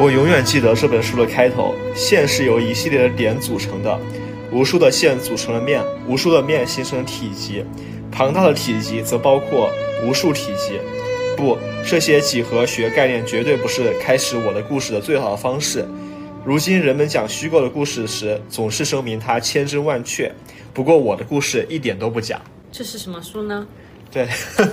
我永远记得这本书的开头，线是由一系列的点组成的，无数的线组成了面，无数的面形成了体积，庞大的体积则包括无数体积。不，这些几何学概念绝对不是开始我的故事的最好的方式。如今人们讲虚构的故事时，总是声明它千真万确。不过我的故事一点都不假。这是什么书呢？对，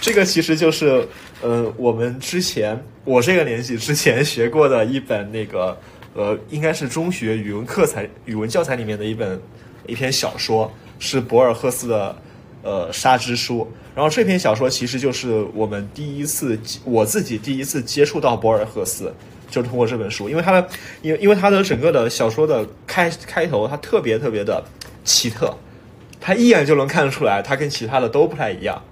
这个其实就是，呃，我们之前我这个年纪之前学过的一本那个，呃，应该是中学语文课材、语文教材里面的一本一篇小说，是博尔赫斯的，呃，《沙之书》。然后这篇小说其实就是我们第一次，我自己第一次接触到博尔赫斯。就通过这本书，因为它的，因因为它的整个的小说的开开头，它特别特别的奇特，它一眼就能看得出来，它跟其他的都不太一样。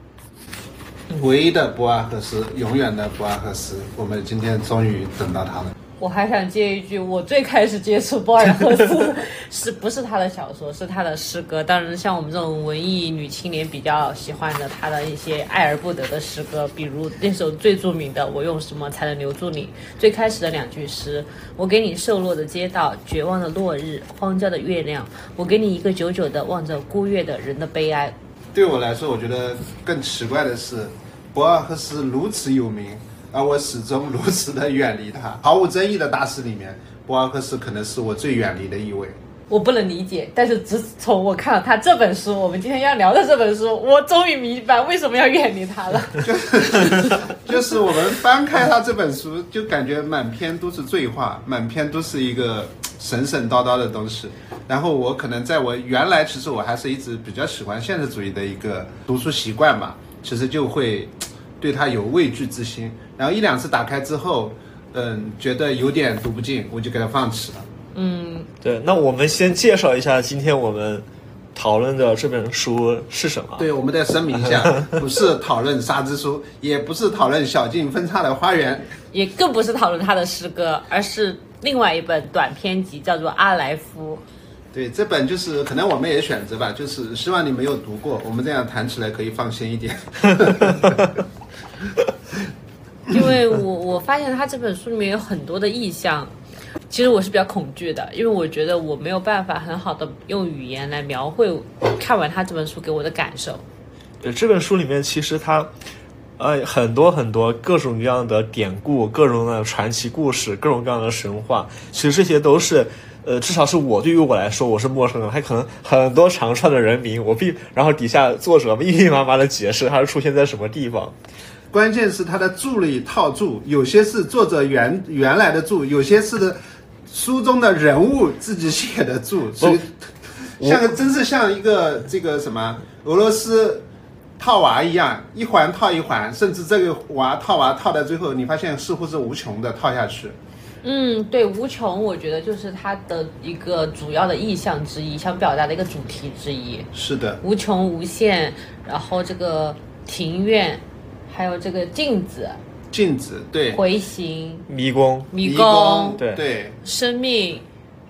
唯一的博阿赫斯，永远的博阿赫斯，我们今天终于等到他了。我还想接一句，我最开始接触博尔赫 斯是不是他的小说，是他的诗歌。当然，像我们这种文艺女青年比较喜欢的他的一些爱而不得的诗歌，比如那首最著名的《我用什么才能留住你》，最开始的两句诗：我给你瘦弱的街道，绝望的落日，荒郊的月亮；我给你一个久久的望着孤月的人的悲哀。对我来说，我觉得更奇怪的是，博尔赫斯如此有名，而我始终如此的远离他。毫无争议的大师里面，博尔赫斯可能是我最远离的一位。我不能理解，但是自从我看了他这本书，我们今天要聊的这本书，我终于明白为什么要远离他 了。就是 就是我们翻开他这本书，就感觉满篇都是醉话，满篇都是一个神神叨叨的东西。然后我可能在我原来，其实我还是一直比较喜欢现实主义的一个读书习惯吧，其实就会对他有畏惧之心。然后一两次打开之后，嗯，觉得有点读不进，我就给它放弃了。嗯，对，那我们先介绍一下今天我们讨论的这本书是什么。对，我们再声明一下，不是讨论《沙之书》，也不是讨论小径分叉的花园，也更不是讨论他的诗歌，而是另外一本短篇集，叫做《阿莱夫》。对，这本就是可能我们也选择吧，就是希望你没有读过，我们这样谈起来可以放心一点。 因为我我发现他这本书里面有很多的意象。其实我是比较恐惧的，因为我觉得我没有办法很好的用语言来描绘看完他这本书给我的感受。对，呃这本书里面其实它，呃，很多很多各种各样的典故、各种各样的传奇故事、各种各样的神话，其实这些都是，呃，至少是我对于我来说我是陌生的。它可能很多长串的人名，我必然后底下作者密密麻麻的解释它是出现在什么地方。关键是它的注里套注，有些是作者原原来的注，有些是的书中的人物自己写的注，所以像个真是像一个这个什么俄罗斯套娃一样，一环套一环，甚至这个娃套娃套到最后，你发现似乎是无穷的套下去。嗯，对，无穷，我觉得就是它的一个主要的意象之一，想表达的一个主题之一。是的，无穷无限，然后这个庭院。还有这个镜子，镜子对，回形迷宫，迷宫对对，生命，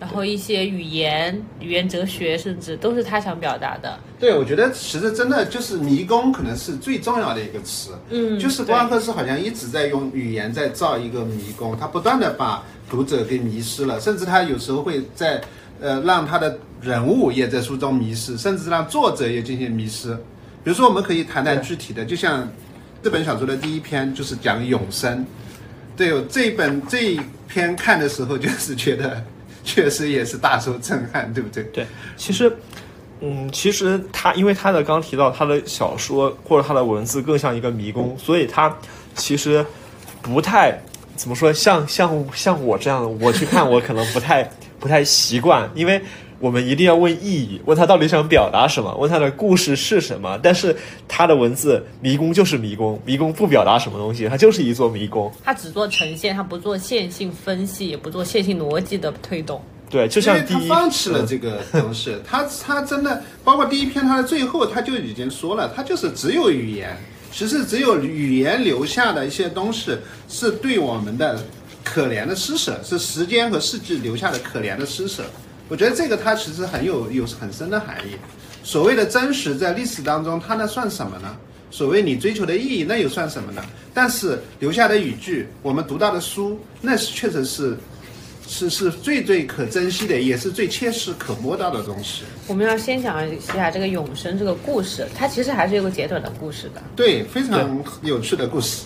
然后一些语言、语言哲学，甚至都是他想表达的。对，我觉得其实真的就是迷宫，可能是最重要的一个词。嗯，就是博尔赫斯好像一直在用语言在造一个迷宫，他不断的把读者给迷失了，甚至他有时候会在呃让他的人物也在书中迷失，甚至让作者也进行迷失。比如说，我们可以谈谈具体的，就像。这本小说的第一篇就是讲永生，对我这一本这一篇看的时候，就是觉得确实也是大受震撼，对不对？对，其实，嗯，其实他因为他的刚提到他的小说或者他的文字更像一个迷宫，所以他其实不太怎么说，像像像我这样我去看，我可能不太不太习惯，因为。我们一定要问意义，问他到底想表达什么，问他的故事是什么。但是他的文字迷宫就是迷宫，迷宫不表达什么东西，它就是一座迷宫。它只做呈现，它不做线性分析，也不做线性逻辑的推动。对，就像第一，嗯他放弃了这个东西， 他他真的，包括第一篇，他的最后他就已经说了，他就是只有语言，其实只有语言留下的一些东西是对我们的可怜的施舍，是时间和世纪留下的可怜的施舍。我觉得这个它其实很有有很深的含义。所谓的真实，在历史当中，它那算什么呢？所谓你追求的意义，那又算什么呢？但是留下的语句，我们读到的书，那是确实是。是是最最可珍惜的，也是最切实可摸到的东西。我们要先讲一下这个永生这个故事，它其实还是有个简短的故事的。对，非常有趣的故事。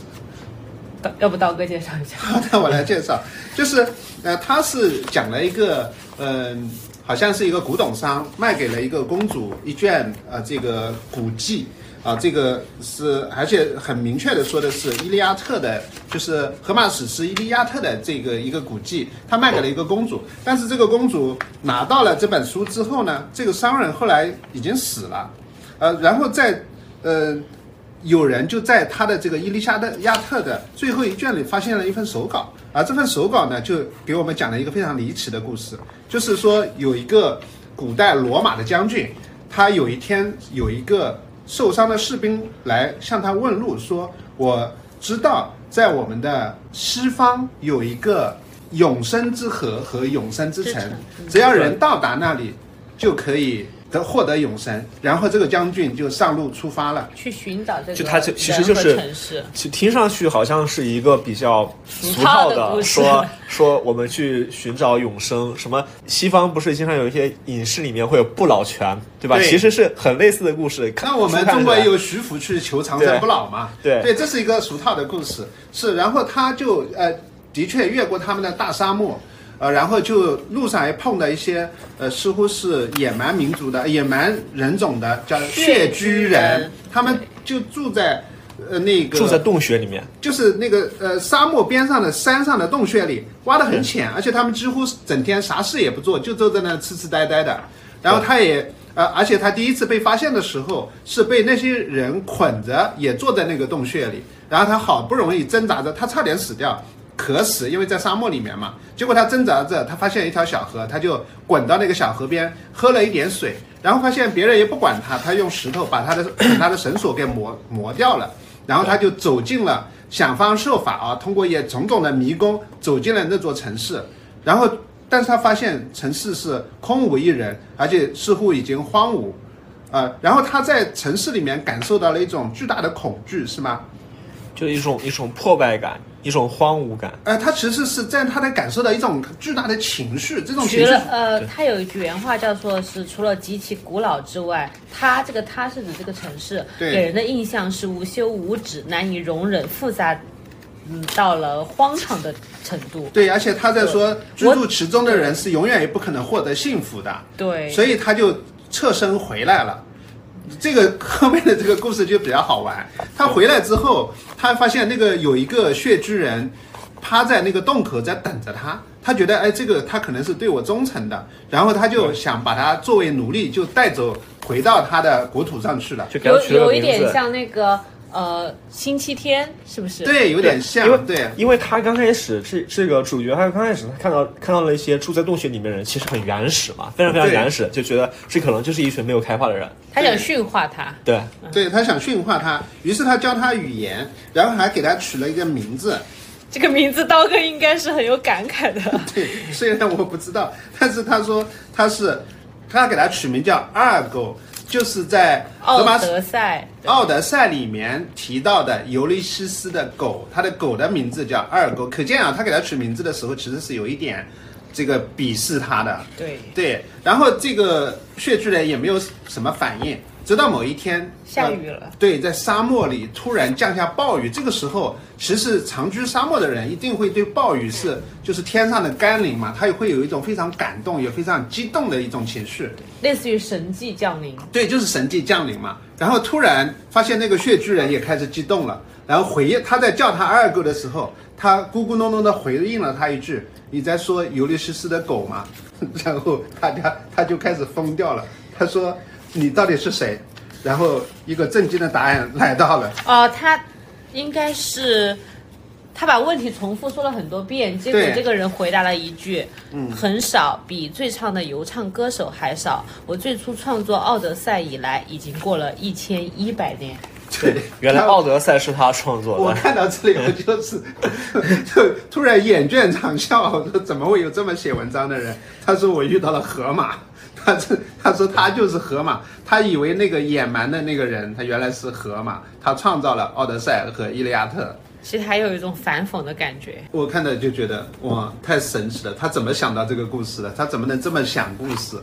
刀要不刀哥介绍一下？那我来介绍，就是呃，他是讲了一个嗯、好像是一个古董商卖给了一个公主一卷呃这个古迹啊、这个是而且很明确的说的是《伊利亚特》的，就是《荷马史诗》《伊利亚特》的这个一个古迹，他卖给了一个公主，但是这个公主拿到了这本书之后呢，这个商人后来已经死了，呃，然后在呃有人就在他的这个伊丽莎的亚特的最后一卷里发现了一份手稿，而这份手稿呢，就给我们讲了一个非常离奇的故事，就是说有一个古代罗马的将军，他有一天有一个受伤的士兵来向他问路，说我知道在我们的西方有一个永生之河和永生之城之城，只要人到达那里就可以得获得永生。然后这个将军就上路出发了。去寻找这个就它就其实就是人和城市，其听上去好像是一个比较俗套俗套的故的，事说说我们去寻找永生，什么西方不是经常有一些影视里面会有不老泉，对吧？对其实是很类似的故事。看那我们中国也有徐福去求长生不老嘛？对对，这是一个俗套的故事。是，然后他就呃，的确越过他们的大沙漠，呃，然后就路上还碰到一些呃，似乎是野蛮民族的、野蛮人种的叫血血居居人人，他们就住在呃那个住在洞穴里面，就是那个呃沙漠边上的山上的洞穴里挖得很浅，而且他们几乎整天啥事也不做，就坐在那痴痴呆呆的。然后他也呃，而且他第一次被发现的时候是被那些人捆着，也坐在那个洞穴里。然后他好不容易挣扎着，他差点死掉，渴死，因为在沙漠里面嘛。结果他挣扎着，他发现一条小河，他就滚到那个小河边，喝了一点水，然后发现别人也不管他，他用石头把他的把他的绳索给磨磨掉了。然后他就走进了，想方设法啊，通过也种种的迷宫走进了那座城市，然后，但是他发现城市是空无一人，而且似乎已经荒芜，呃，然后他在城市里面感受到了一种巨大的恐惧，是吗？就一种一种破败感，一种荒芜感。呃，他其实是在他的感受到一种巨大的情绪，这种除情绪了呃，它有一句原话叫做是除了极其古老之外，它这个它是指这个城市对给人的印象是无休无止、难以容忍、复杂，嗯，到了荒唐的程度。对，而且他在说居我住其中的人是永远也不可能获得幸福的，对，所以他就侧身回来了。这个后面的这个故事就比较好玩。他回来之后，他发现那个有一个血居人趴在那个洞口在等着他。他觉得，哎，这个他可能是对我忠诚的，然后他就想把他作为奴隶就带走，回到他的国土上去了。就给他有取了有个一名点字。像那个呃星期天，是不是？对，有点像因为，对，因为他刚开始这这个主角，他刚开始他看到看到了一些住在洞穴里面的人，其实很原始嘛，非常非常对原始，就觉得这可能就是一群没有开化的人。他想驯化它。对，对他想驯化他，于是他教他语言，然后还给他取了一个名字，这个名字刀哥应该是很有感慨 的。对，虽然我不知道，但是他说他是他给他取名叫阿尔狗，就是在奥荷马史德赛，奥德赛里面提到的尤利西斯的狗，他的狗的名字叫阿尔狗，可见啊，他给他取名字的时候其实是有一点这个鄙视他的。对，对，然后这个血巨人也没有什么反应，直到某一天下雨了呃对，在沙漠里突然降下暴雨，这个时候其实长居沙漠的人一定会对暴雨是就是天上的甘霖嘛，他也会有一种非常感动也非常激动的一种情绪。类似于神迹降临。对，就是神迹降临嘛。然后突然发现那个血巨人也开始激动了，然后回应他在叫他二狗的时候，他咕咕哝哝的回应了他一句：“你在说尤利西斯的狗吗？” 然后大家他就开始疯掉了，他说：“你到底是谁？”然后一个震惊的答案来到了。哦，他应该是他把问题重复说了很多遍，结果对这个人回答了一句：“嗯很少，比最唱的游唱歌手还少。我最初创作《奥德赛》以来，已经过了一千一百年。对，原来然后奥德赛是他创作我的。看到这里，我就是 就突然眼倦长啸，我说怎么会有这么写文章的人？他说我遇到了河马， 他这他说他就是河马，他以为那个野蛮的那个人，他原来是河马，他创造了《奥德赛》和《伊利亚特》。其实还有一种反讽的感觉。我看到就觉得哇，太神奇了！他怎么想到这个故事的？他怎么能这么想故事？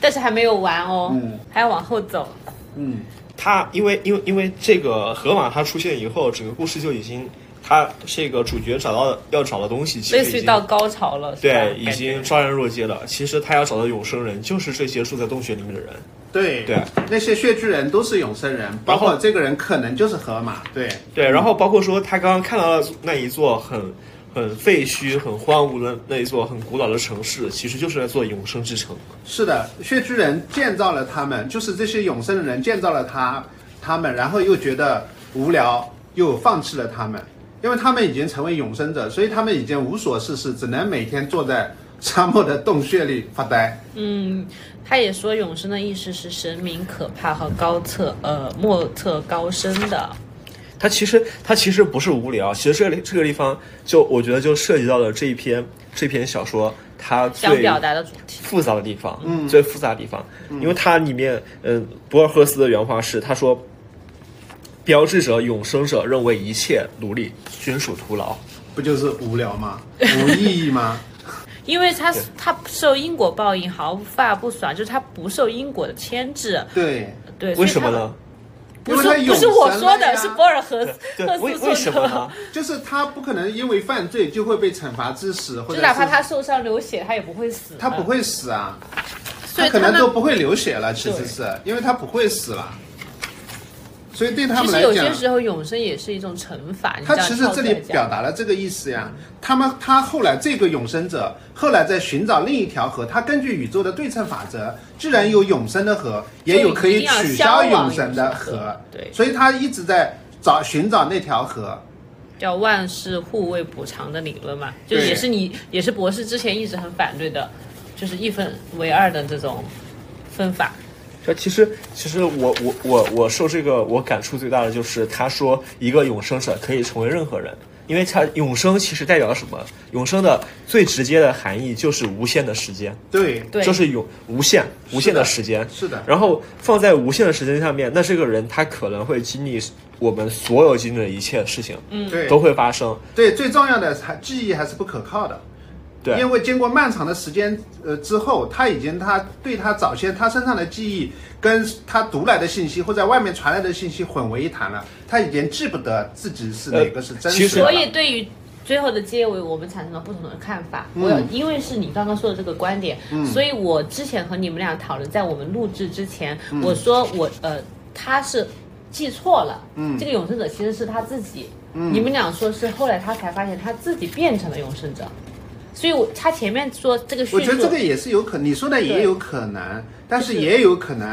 但是还没有完哦，嗯还要往后走。嗯，他因为因为因为这个河马它出现以后，整个故事就已经他这个主角找到要找的东西，其实类已似于经到高潮了，是吧对已经感觉昭然若揭了。其实他要找的永生人就是这些住在洞穴里面的人。对对，那些穴居人都是永生人，包括这个人可能就是河马。对，嗯对，然后包括说他刚刚看到了那一座很很废墟、很荒芜的那一座很古老的城市，其实就是在做永生之城。是的，穴居人建造了他们，就是这些永生的人建造了他他们，然后又觉得无聊，又放弃了他们，因为他们已经成为永生者，所以他们已经无所事事，只能每天坐在沙漠的洞穴里发呆。嗯，他也说永生的意思是神明可怕和高测，呃，莫测高深的。它其实它其实不是无聊，其实这个这个地方就我觉得就涉及到了这一篇这篇小说它想最表达的主题。复杂的地方，嗯，最复杂的地方，因为它里面，嗯，博尔赫斯的原话是，他说，标志者、永生者认为一切努力均属徒劳。不就是无 聊吗？无意义吗？因为他他受因果报应毫发不爽，就是他不受因果的牵制，对，对，所为以什么他？呢？因不为是他永不是生我了说的，呀是博尔赫斯对赫，为斯为什说么的 呢，？就是他不可能因为犯罪就会被惩罚致死，或就者哪怕是他受伤流血，他也不会死，他不，会死啊，所他以可能们都不会流血了，其实对是因为他不会死了，所以对他其们实来有些讲，时候永生也是一种惩罚。你他这样其实跳这出来里讲表达了这个意思呀。他们他后来这个永生者后来在寻找另一条河，他根据宇宙的对称法则，既然有永生的河，也有可以取消就一定要消永生的亡永生的河河，对所以他一直在找寻找那条河。叫万事互为补偿的理论嘛，就对也是你也是博士之前一直很反对的，就是一分为二的这种分法。这其实，其实我我我我受这个我感触最大的就是他说一个永生者可以成为任何人，因为他永生其实代表了什么？永生的最直接的含义就是无限的时间，对，对，就是永无限无限的是时间。是的，然后放在无限的时间上面，那这个人他可能会经历我们所有经历的一切事情，嗯对都会发生。对，最重要的是还记忆还是不可靠的。对因为经过漫长的时间，呃，之后他已经他对他早先他身上的记忆跟他读来的信息或者外面传来的信息混为一谈了，他已经记不得自己是哪个是呃真实的所了。以对于最后的结尾，我们产生了不同的看法。嗯我有因为是你刚刚说的这个观点，所以我之前和你们俩讨论，在我们录制之前，嗯我说我呃他是记错了，嗯这个永生者其实是他自己。你们俩说是后来他才发现他自己变成了永生者，所以我他前面说这个我叙觉述得这个也是有可，你说的也对有可能，但是也有可能，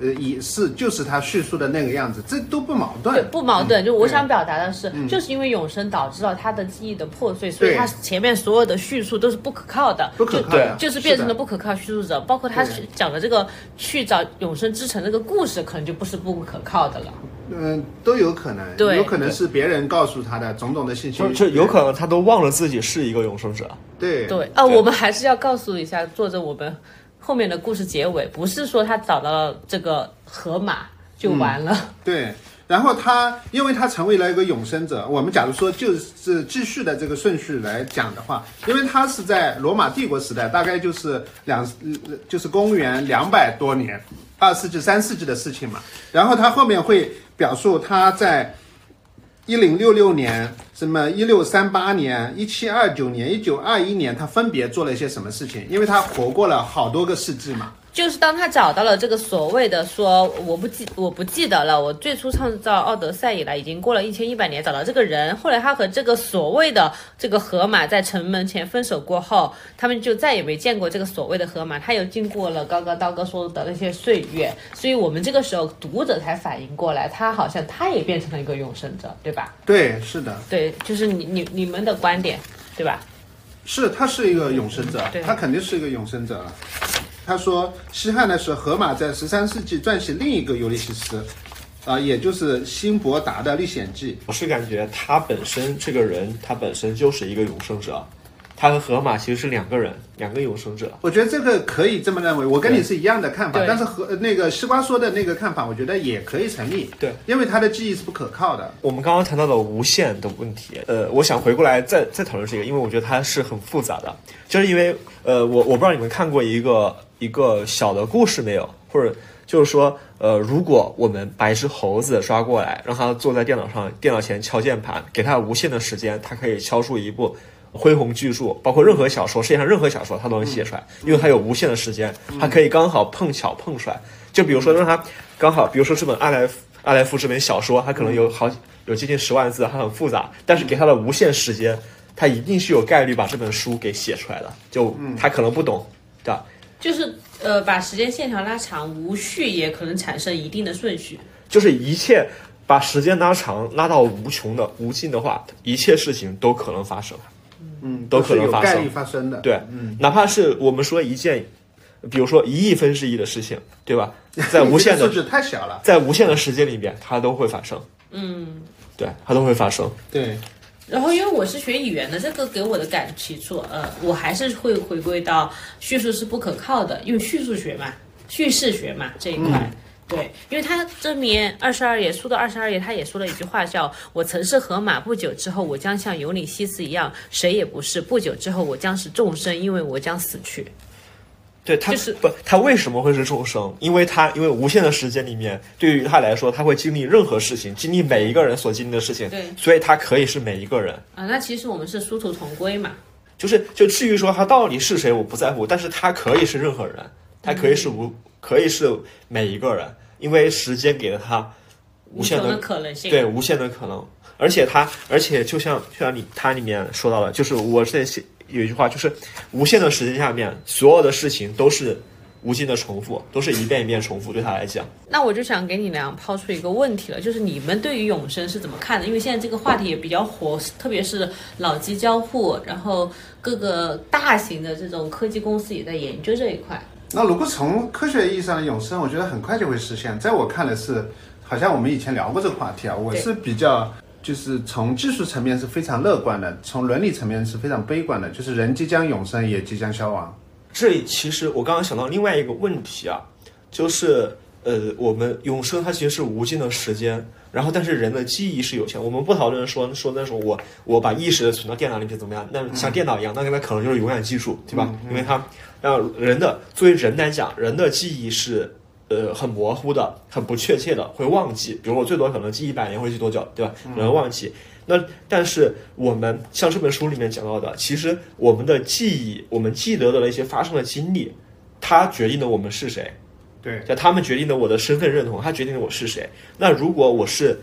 呃，也是就是他叙述的那个样子，这都不矛对盾。不矛盾，就我对想表达的是，就是因为永生导致了他的记忆的破碎，所以嗯对他前面所有的叙述都是不可靠的，不可就靠的就是是变成的了不可靠叙述者。包括他对讲的这个去找永生之城这个故事，可能就不是不可靠的了。嗯，都有可能，对有可能是别人告诉他的种种的信息就，就有可能他都忘了自己是一个永生者。对对，啊，对我们还是要告诉一下作者，我们后面的故事结尾不是说他找到了这个河马就嗯完了。对，然后他因为他成为了一个永生者，我们假如说就是继续的这个顺序来讲的话，因为他是在罗马帝国时代，大概就是两呃就是公元两百多年，二世纪、三世纪的事情嘛。然后他后面会表述他在。一零六六年、什么一六三八年、一七二九年、一九二一年，他分别做了一些什么事情？因为他活过了好多个世纪嘛。就是当他找到了这个所谓的说我不记我不记得了，我最初创造奥德赛以来已经过了一千一百年，找到这个人，后来他和这个所谓的这个河马在城门前分手过后，他们就再也没见过这个所谓的河马，他又经过了刚刚刀哥说的那些岁月，所以我们这个时候读者才反应过来，他好像他也变成了一个永生者，对吧？对，是的。对，就是你你你们的观点，对吧？是，他是一个永生者对，他肯定是一个永生者了。他说，西汉的时候，荷马在十三世纪撰写另一个尤利西斯，啊、也就是辛伯达的《历险记》。我是感觉他本身这个人，他本身就是一个永生者，他和荷马其实是两个人，两个永生者。我觉得这个可以这么认为，我跟你对是一样的看法对，但是和呃那个西瓜说的那个看法，我觉得也可以成立。对，因为他的记忆是不可靠的。我们刚刚谈到了无限的问题，呃，我想回过来再再讨论这个，因为我觉得它是很复杂的，就是因为呃，我我不知道你们看过一个一个小的故事没有，或者就是说，呃，如果我们把一只猴子抓过来，让它坐在电脑上电脑前敲键盘，给它无限的时间，它可以敲出一部。恢宏巨著，包括任何小说，世界上任何小说，它都能写出来，因为它有无限的时间，它可以刚好碰巧碰出来。就比如说让它刚好，比如说这本阿莱夫阿莱夫这本小说，它可能有好有接近十万字，它很复杂，但是给它的无限时间，它一定是有概率把这本书给写出来的。就嗯他可能不懂，对吧？就是呃，把时间线条拉长，无序也可能产生一定的顺序。就是一切把时间拉长，拉到无穷的无尽的话，一切事情都可能发生。嗯，都可是能有发概生率发嗯生的。对，哪怕是我们说一件，比如说一亿分之一的事情，对吧？在无限 这的个数字太小了。在无限的时间里边，它都会发生。嗯，对，它都会发生。对，然后因为我是学语言的，这个给我的感起处，呃，我还是会回归到叙述是不可靠的，因为叙述学嘛，叙事学嘛这一块。嗯对，因为他这面二十二页书的二十二页，他也说了一句话，叫“我曾是河马，不久之后我将像尤里西斯一样，谁也不是；不久之后我将是众生，因为我将死去。对他就是不，他为什么会是众生？因为他因为无限的时间里面，对于他来说，他会经历任何事情，经历每一个人所经历的事情，对所以他可以是每一个人。”啊，那其实我们是殊途同归嘛。就是就至于说他到底是谁，我不在乎，但是他可以是任何人，他可以是嗯无，可以是每一个人，因为时间给了他无限穷的的可能性。对无限的可能，而且他，而且就像就像你他里面说到的，就是我这些有一句话，就是无限的时间下面，所有的事情都是无尽的重复，都是一遍一遍重复，对他来讲，那我就想给你俩抛出一个问题了，就是你们对于永生是怎么看的？因为现在这个话题也比较火，特别是老机交互，然后各个大型的这种科技公司也在研究这一块。那如果从科学意义上的永生，我觉得很快就会实现。在我看来是，好像我们以前聊过这个话题啊，我对是比较。就是从技术层面是非常乐观的，从伦理层面是非常悲观的。就是人即将永生，也即将消亡。这里其实我刚刚想到另外一个问题啊，就是呃，我们永生它其实是无尽的时间，然后但是人的记忆是有限。我们不讨论说说那种我我把意识存到电脑里面怎么样，那像电脑一样，那它可能就是永远记住，对吧？因为它让人的作为人来讲，人的记忆是。呃，很模糊的，很不确切的，会忘记。比如我最多可能记一百年，会记多久，对吧？人忘记。那但是我们像这本书里面讲到的，其实我们的记忆，我们记得的一些发生的经历，它决定了我们是谁，对，就他们决定了我的身份认同，它决定了我是谁。那如果我是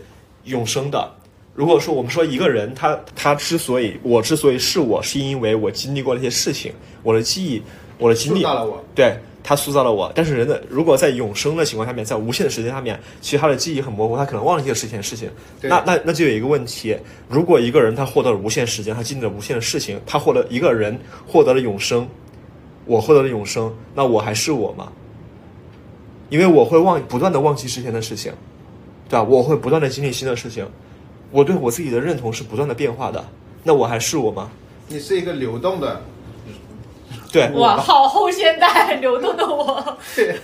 永生的，如果说我们说一个人他他之所以我之所以是我，是因为我经历过那些事情，我的记忆，我的经塑历造了我。对他塑造了我，但是人的如果在永生的情况下面，在无限的时间下面，其实他的记忆很模糊，他可能忘了一些事情事情。对那那那就有一个问题：如果一个人他获得了无限时间，他经历了无限的事情，他获得一个人获得了永生，我获得了永生，那我还是我吗？因为我会忘不断的忘记之前的事情，对吧？我会不断的经历新的事情，我对我自己的认同是不断的变化的。那我还是我吗？你是一个流动的，对哇，好后现代流动的我，对，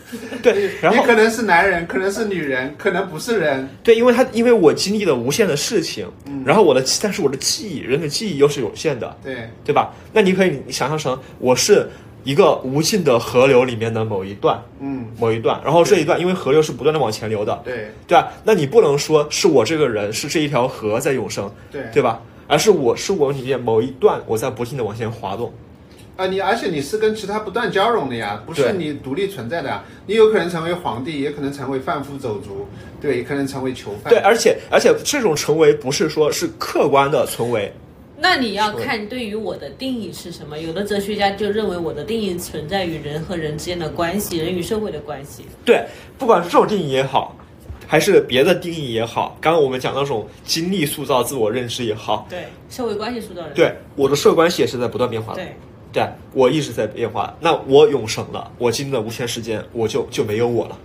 对，然你后可能是男人，可能是女人，可能不是人。对，因为他因为我经历了无限的事情，然后我的记但是我的记忆，人的记忆又是有限的，对，对吧？那你可以你想象成我是一个无尽的河流里面的某一段，嗯，某一段，然后这一段因为河流是不断的往前流的，对，对吧？那你不能说是我这个人是这一条河在永生，对，对吧？而是我是我里面某一段我在不停的往前滑动，啊，你而且你是跟其他不断交融的呀，不对是你独立存在的呀。你有可能成为皇帝，也可能成为贩夫走卒，对，也可能成为囚犯。对，，而且而且这种成为不是说是客观的成为，那你要看对于我的定义是什么？有的哲学家就认为我的定义存在于人和人之间的关系，人与社会的关系。对，不管是这种定义也好，还是别的定义也好，刚刚我们讲那种经历塑造自我认知也好，对，社会关系塑造人。对我的社会关系也是在不断变化的，对，对我一直在变化。那我永生了，我经历了无限时间，我就就没有我了，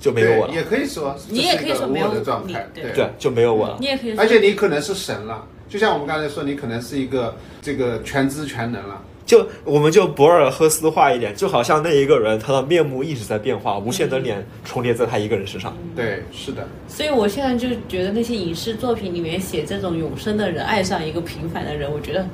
就没有我对，了，也可以说，你也可以说没有这是一个无我的状态，你对对，就没有我了。你也可以说而且你可能是神了，就像我们刚才说，你可能是一个这个全知全能了。就我们就博尔赫斯化一点，就好像那一个人，他的面目一直在变化，无限的脸重叠在他一个人身上。嗯对，是的，所以我现在就觉得那些影视作品里面写这种永生的人爱上一个平凡的人，我觉得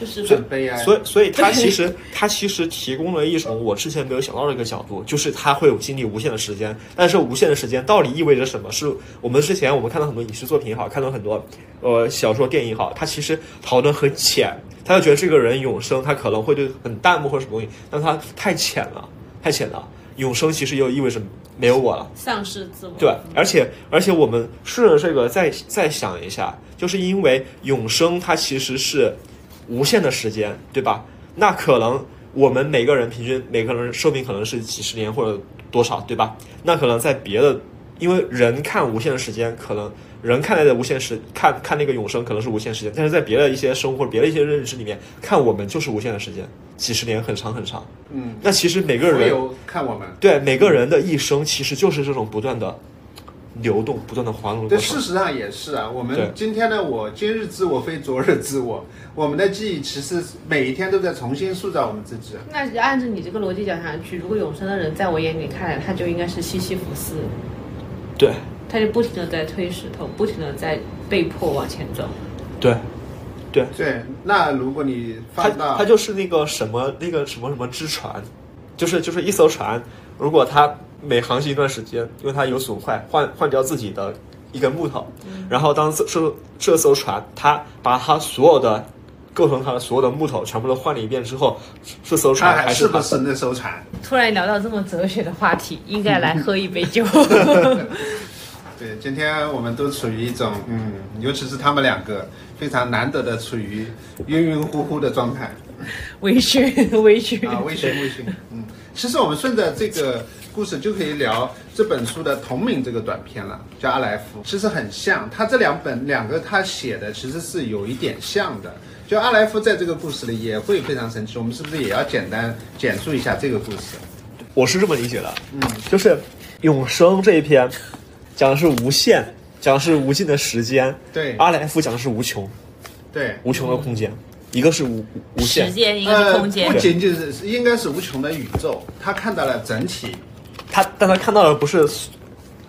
就是很悲哀。所以，所以他其实 他其实提供了一种我之前没有想到的一个角度，就是他会有经历无限的时间，但是无限的时间到底意味着什么？是我们之前我们看到很多影视作品也好，看到很多呃小说、电影也好，他其实讨论很浅，他就觉得这个人永生，他可能会对很淡漠或者什么东西，但他太浅了，太浅了。永生其实又意味着没有我了。丧失自我。对，而且而且我们顺着这个再再想一下，就是因为永生它其实是无限的时间，对吧？那可能我们每个人平均每个人寿命可能是几十年或者多少，对吧？那可能在别的，因为人看无限的时间，可能人看待的无限时看看那个永生可能是无限时间，但是在别的一些生活、别的一些认知里面，看我们就是无限的时间，几十年很长很长。嗯，那其实每个所人有看我们。对每个人的一生，其实就是这种不断的流动、不断的滑动的对，过程事。实上也是啊。我对们今天呢，我今日之我非昨日之我，我们的记忆其实每一天都在重新塑造我们自己。那按照你这个逻辑讲下去，如果永生的人在我眼里看来，他就应该是西西弗斯，对他就不停的在推石头，不停的在被迫往前走。对对，对，那如果你他放到他就是那个什么那个什么什么之船，就是就是一艘船，如果它每航行一段时间，因为它有损坏，换换掉自己的一根木头，嗯然后当这这这艘船它把它所有的构成它的所有的木头全部都换了一遍之后，这艘它船还还啊是是不它是那艘船？突然聊到这么哲学的话题，应该来喝一杯 酒。对，今天我们都处于一种嗯，尤其是他们两个非常难得的处于晕晕乎乎的状态。微醺，微醺。啊，微醺微醺，嗯，其实我们顺着这个故事就可以聊这本书的同名这个短片了，叫《阿莱夫》，其实很像，他这两本两个他写的其实是有一点像的。就阿莱夫在这个故事里也会非常神奇，我们是不是也要简单简述一下这个故事？我是这么理解的，嗯，就是《永生》这一篇讲的是无限，讲的是无尽的时间，对啊阿莱夫讲的是无穷，对，无穷的空间，一个是无无时限，间应该是呃，空间不，仅仅是是应该是无穷的宇宙，他看到了整体，他但他看到的不是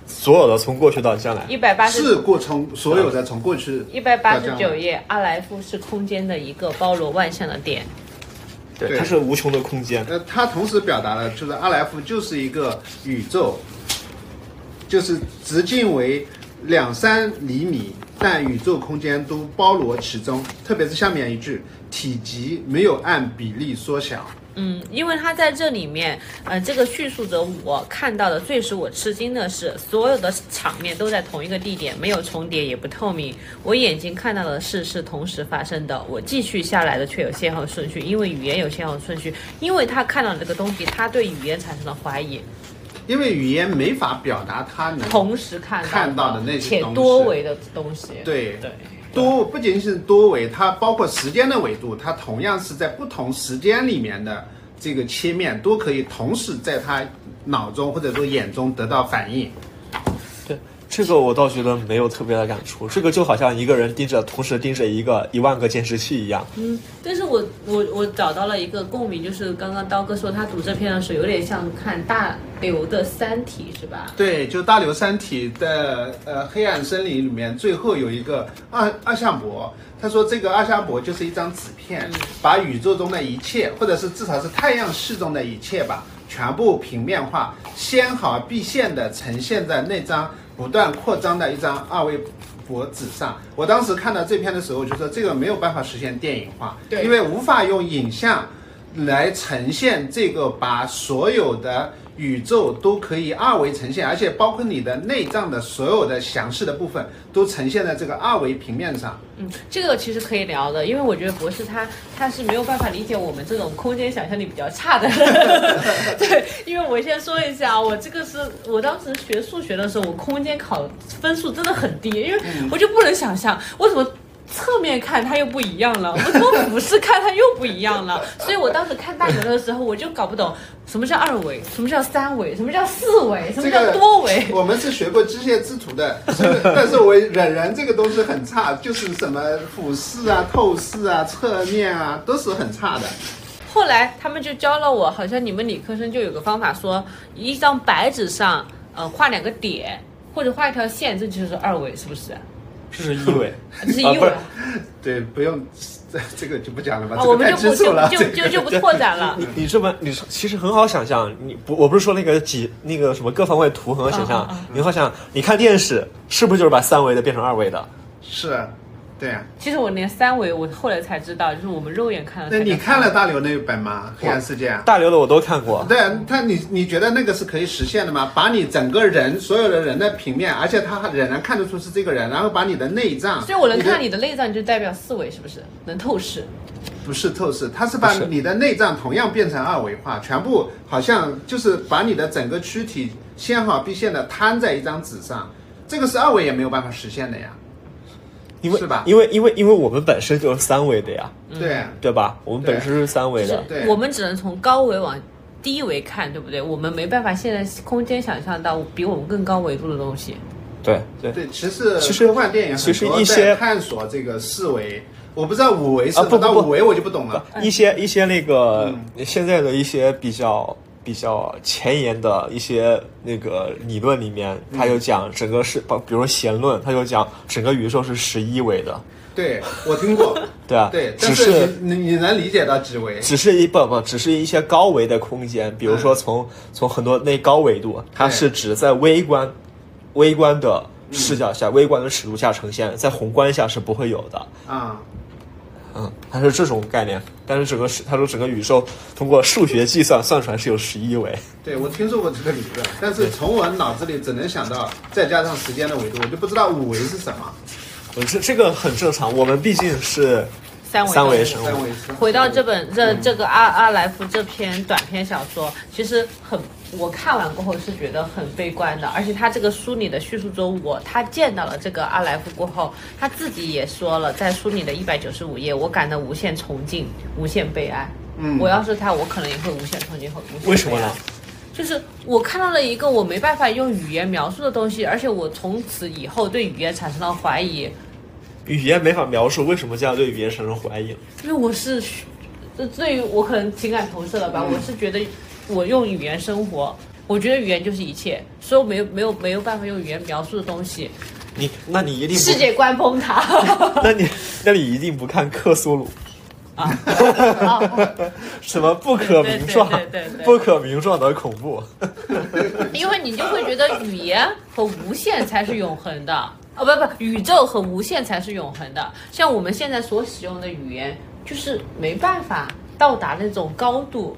所有的从过去到将来，一百八是十过从所有的从过去一百八十到将九来页，阿莱夫是空间的一个包罗万象的点。对，对它是无穷的空间，呃，他同时表达了，就是阿莱夫就是一个宇宙，就是直径为两三厘米，但宇宙空间都包罗其中。特别是下面一句，体积没有按比例缩小。嗯，因为他在这里面，呃，这个叙述者我看到的最使我吃惊的是，所有的场面都在同一个地点，没有重叠，也不透明。我眼睛看到的事是同时发生的，我继续下来的却有先后顺序，因为语言有先后顺序，因为他看到这个东西，他对语言产生了怀疑，因为语言没法表达它能同时看到看到的那些且东西多维的东西。对对，多不仅仅是多维，它包括时间的维度，它同样是在不同时间里面的这个切面都可以同时在他脑中或者说眼中得到反应。对。这个我倒觉得没有特别的感触，这个就好像一个人盯着，同时盯着一个一万个监视器一样。嗯，但是我我我找到了一个共鸣，就是刚刚刀哥说他读这篇的时候，有点像看大刘的《三体》，是吧？对，就大刘三体的呃黑暗森林里面，最后有一个阿阿夏伯，他说这个阿夏伯就是一张纸片，把宇宙中的一切，或者是至少是太阳系中的一切吧，全部平面化，纤毫毕现的呈现在那张不断扩张的一张二维。薄纸上，我当时看到这篇的时候，就说这个没有办法实现电影化，对因为无法用影像来呈现这个，把所有的宇宙都可以二维呈现，而且包括你的内脏的所有的详细的部分都呈现在这个二维平面上。嗯，这个其实可以聊的，因为我觉得博士他他是没有办法理解我们这种空间想象力比较差的人。对，因为我先说一下，我这个是我当时学数学的时候，我空间考分数真的很低，因为我就不能想象为什么。侧面看它又不一样了，我们从俯视看它又不一样了。所以我当时看大牛的时候，我就搞不懂什么叫二维，什么叫三维，什么叫四维，什么叫多维。我们是学过机械制图的，是不是但是我仍然这个东西很差，就是什么俯视啊、透视啊、侧面啊，都是很差的。后来他们就教了我，好像你们理科生就有个方法说，一张白纸上，呃，画两个点或者画一条线，这就是二维，是不啊是？这是一维， 这是一啊维不是啊，对，不用，这这个就不讲了吧，啊这我个们太就不基础就了。就这就个 就不拓展了。 你你这么你是其实很好想象，你不我不是说那个几那个什么各方位图很好想象，嗯嗯嗯你很好想，你看电视是不是就是把三维的变成二维的？是，对啊。其实我连三维，我后来才知道，就是我们肉眼看到。那你看了？大刘那本吗？黑暗世界啊？大刘的我都看过，对啊，他你你觉得那个是可以实现的吗？把你整个人所有的人的平面，而且他还仍然看得出是这个人，然后把你的内脏，所以我能看你你的内脏，就代表四维，是不是？能透视。的不是透视，他是不把是你的内脏同样变成二维化，全部好像就是把你的整个躯体纤毫毕现的摊在一张纸上，这个是二维也没有办法实现的呀。因为是吧因为因为因为我们本身就是三维的呀，嗯对啊，对吧？我们本身是三维的，对我们只能从高维往低维看，对不对？我们没办法现在空间想象到比我们更高维度的东西。对对对，其实其实科幻电影其很实多一些在探索这个四维，我不知道五维是啊什不么，不到不五维我就不懂了。嗯一些一些那个、嗯现在的一些比较比较前沿的一些那个理论里面，他嗯就讲整个是，比比如说弦论，他就讲整个宇宙是十一维的，对，我听过。对啊，对，但只是是。你你你能理解到几维？只是一不不，只是一些高维的空间，比如说从、从很多那高维度，它对是指在微观、微观的视角下、微观的尺度下呈现，在宏观下是不会有的。啊、嗯，它是这种概念，但是整个是他说整个宇宙通过数学计算算出来是有十一 维。对我听说过这个理论，但是从我脑子里只能想到再加上时间的维度，我就不知道五维是什么。呃，这这个很正常，我们毕竟是三维三维动生物物三维是回到这嗯本这这个阿阿莱夫这篇短篇小说，其实很我看完过后是觉得很悲观的，而且他这个书里的叙述中，我他见到了这个阿莱夫过后，他自己也说了，在书里的一百九十五页，我感到无限崇敬，无限悲哀。嗯，我要是他，我可能也会无限崇敬和无限悲哀。为什么呢？就是我看到了一个我没办法用语言描述的东西，而且我从此以后对语言产生了怀疑。语言没法描述为什么这样对语言产生怀疑。因为我是，这对于我可能情感投射了嗯吧，我是觉得我用语言生活，我觉得语言就是一切，所有没有没有没有办法用语言描述的东西，你那你一定世不，界观崩塌。 那你那你一定不看克苏鲁，啊，啊 什么不可名状对对对对对、不可名状的恐怖。因为你就会觉得语言和无限才是永恒的，啊不不，宇宙和无限才是永恒的。像我们现在所使用的语言，就是没办法到达那种高度。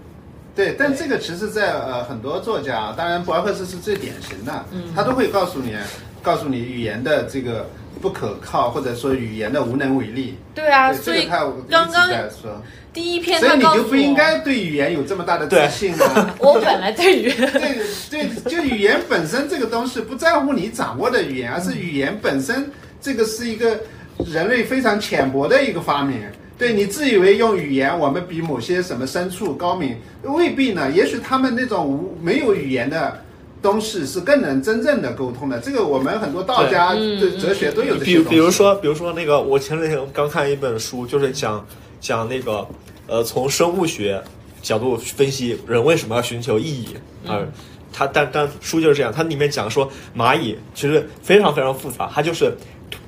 对，但这个其实在，呃很多作家，当然博尔赫斯是最典型的，嗯他都会告诉你，告诉你语言的这个不可靠，或者说语言的无能为力。对啊，对所这以个他刚刚一直在说，第一篇所他以你告诉就不应我该对语言有这么大的对自信啊。我本来对于对对，就语言本身这个东西，不在乎你掌握的语言，而是语言本身这个是一个人类非常浅薄的一个发明。对你自以为用语言，我们比某些什么牲畜高明，未必呢。也许他们那种无没有语言的东西是更能真正的沟通的。这个我们很多道家的哲学都有这比些如东西。比如，说，比如说那个，我前两天刚看一本书，就是讲讲那个呃，从生物学角度分析人为什么要寻求意义啊。嗯它但但书就是这样，它里面讲说蚂蚁其实非常非常复杂，它就是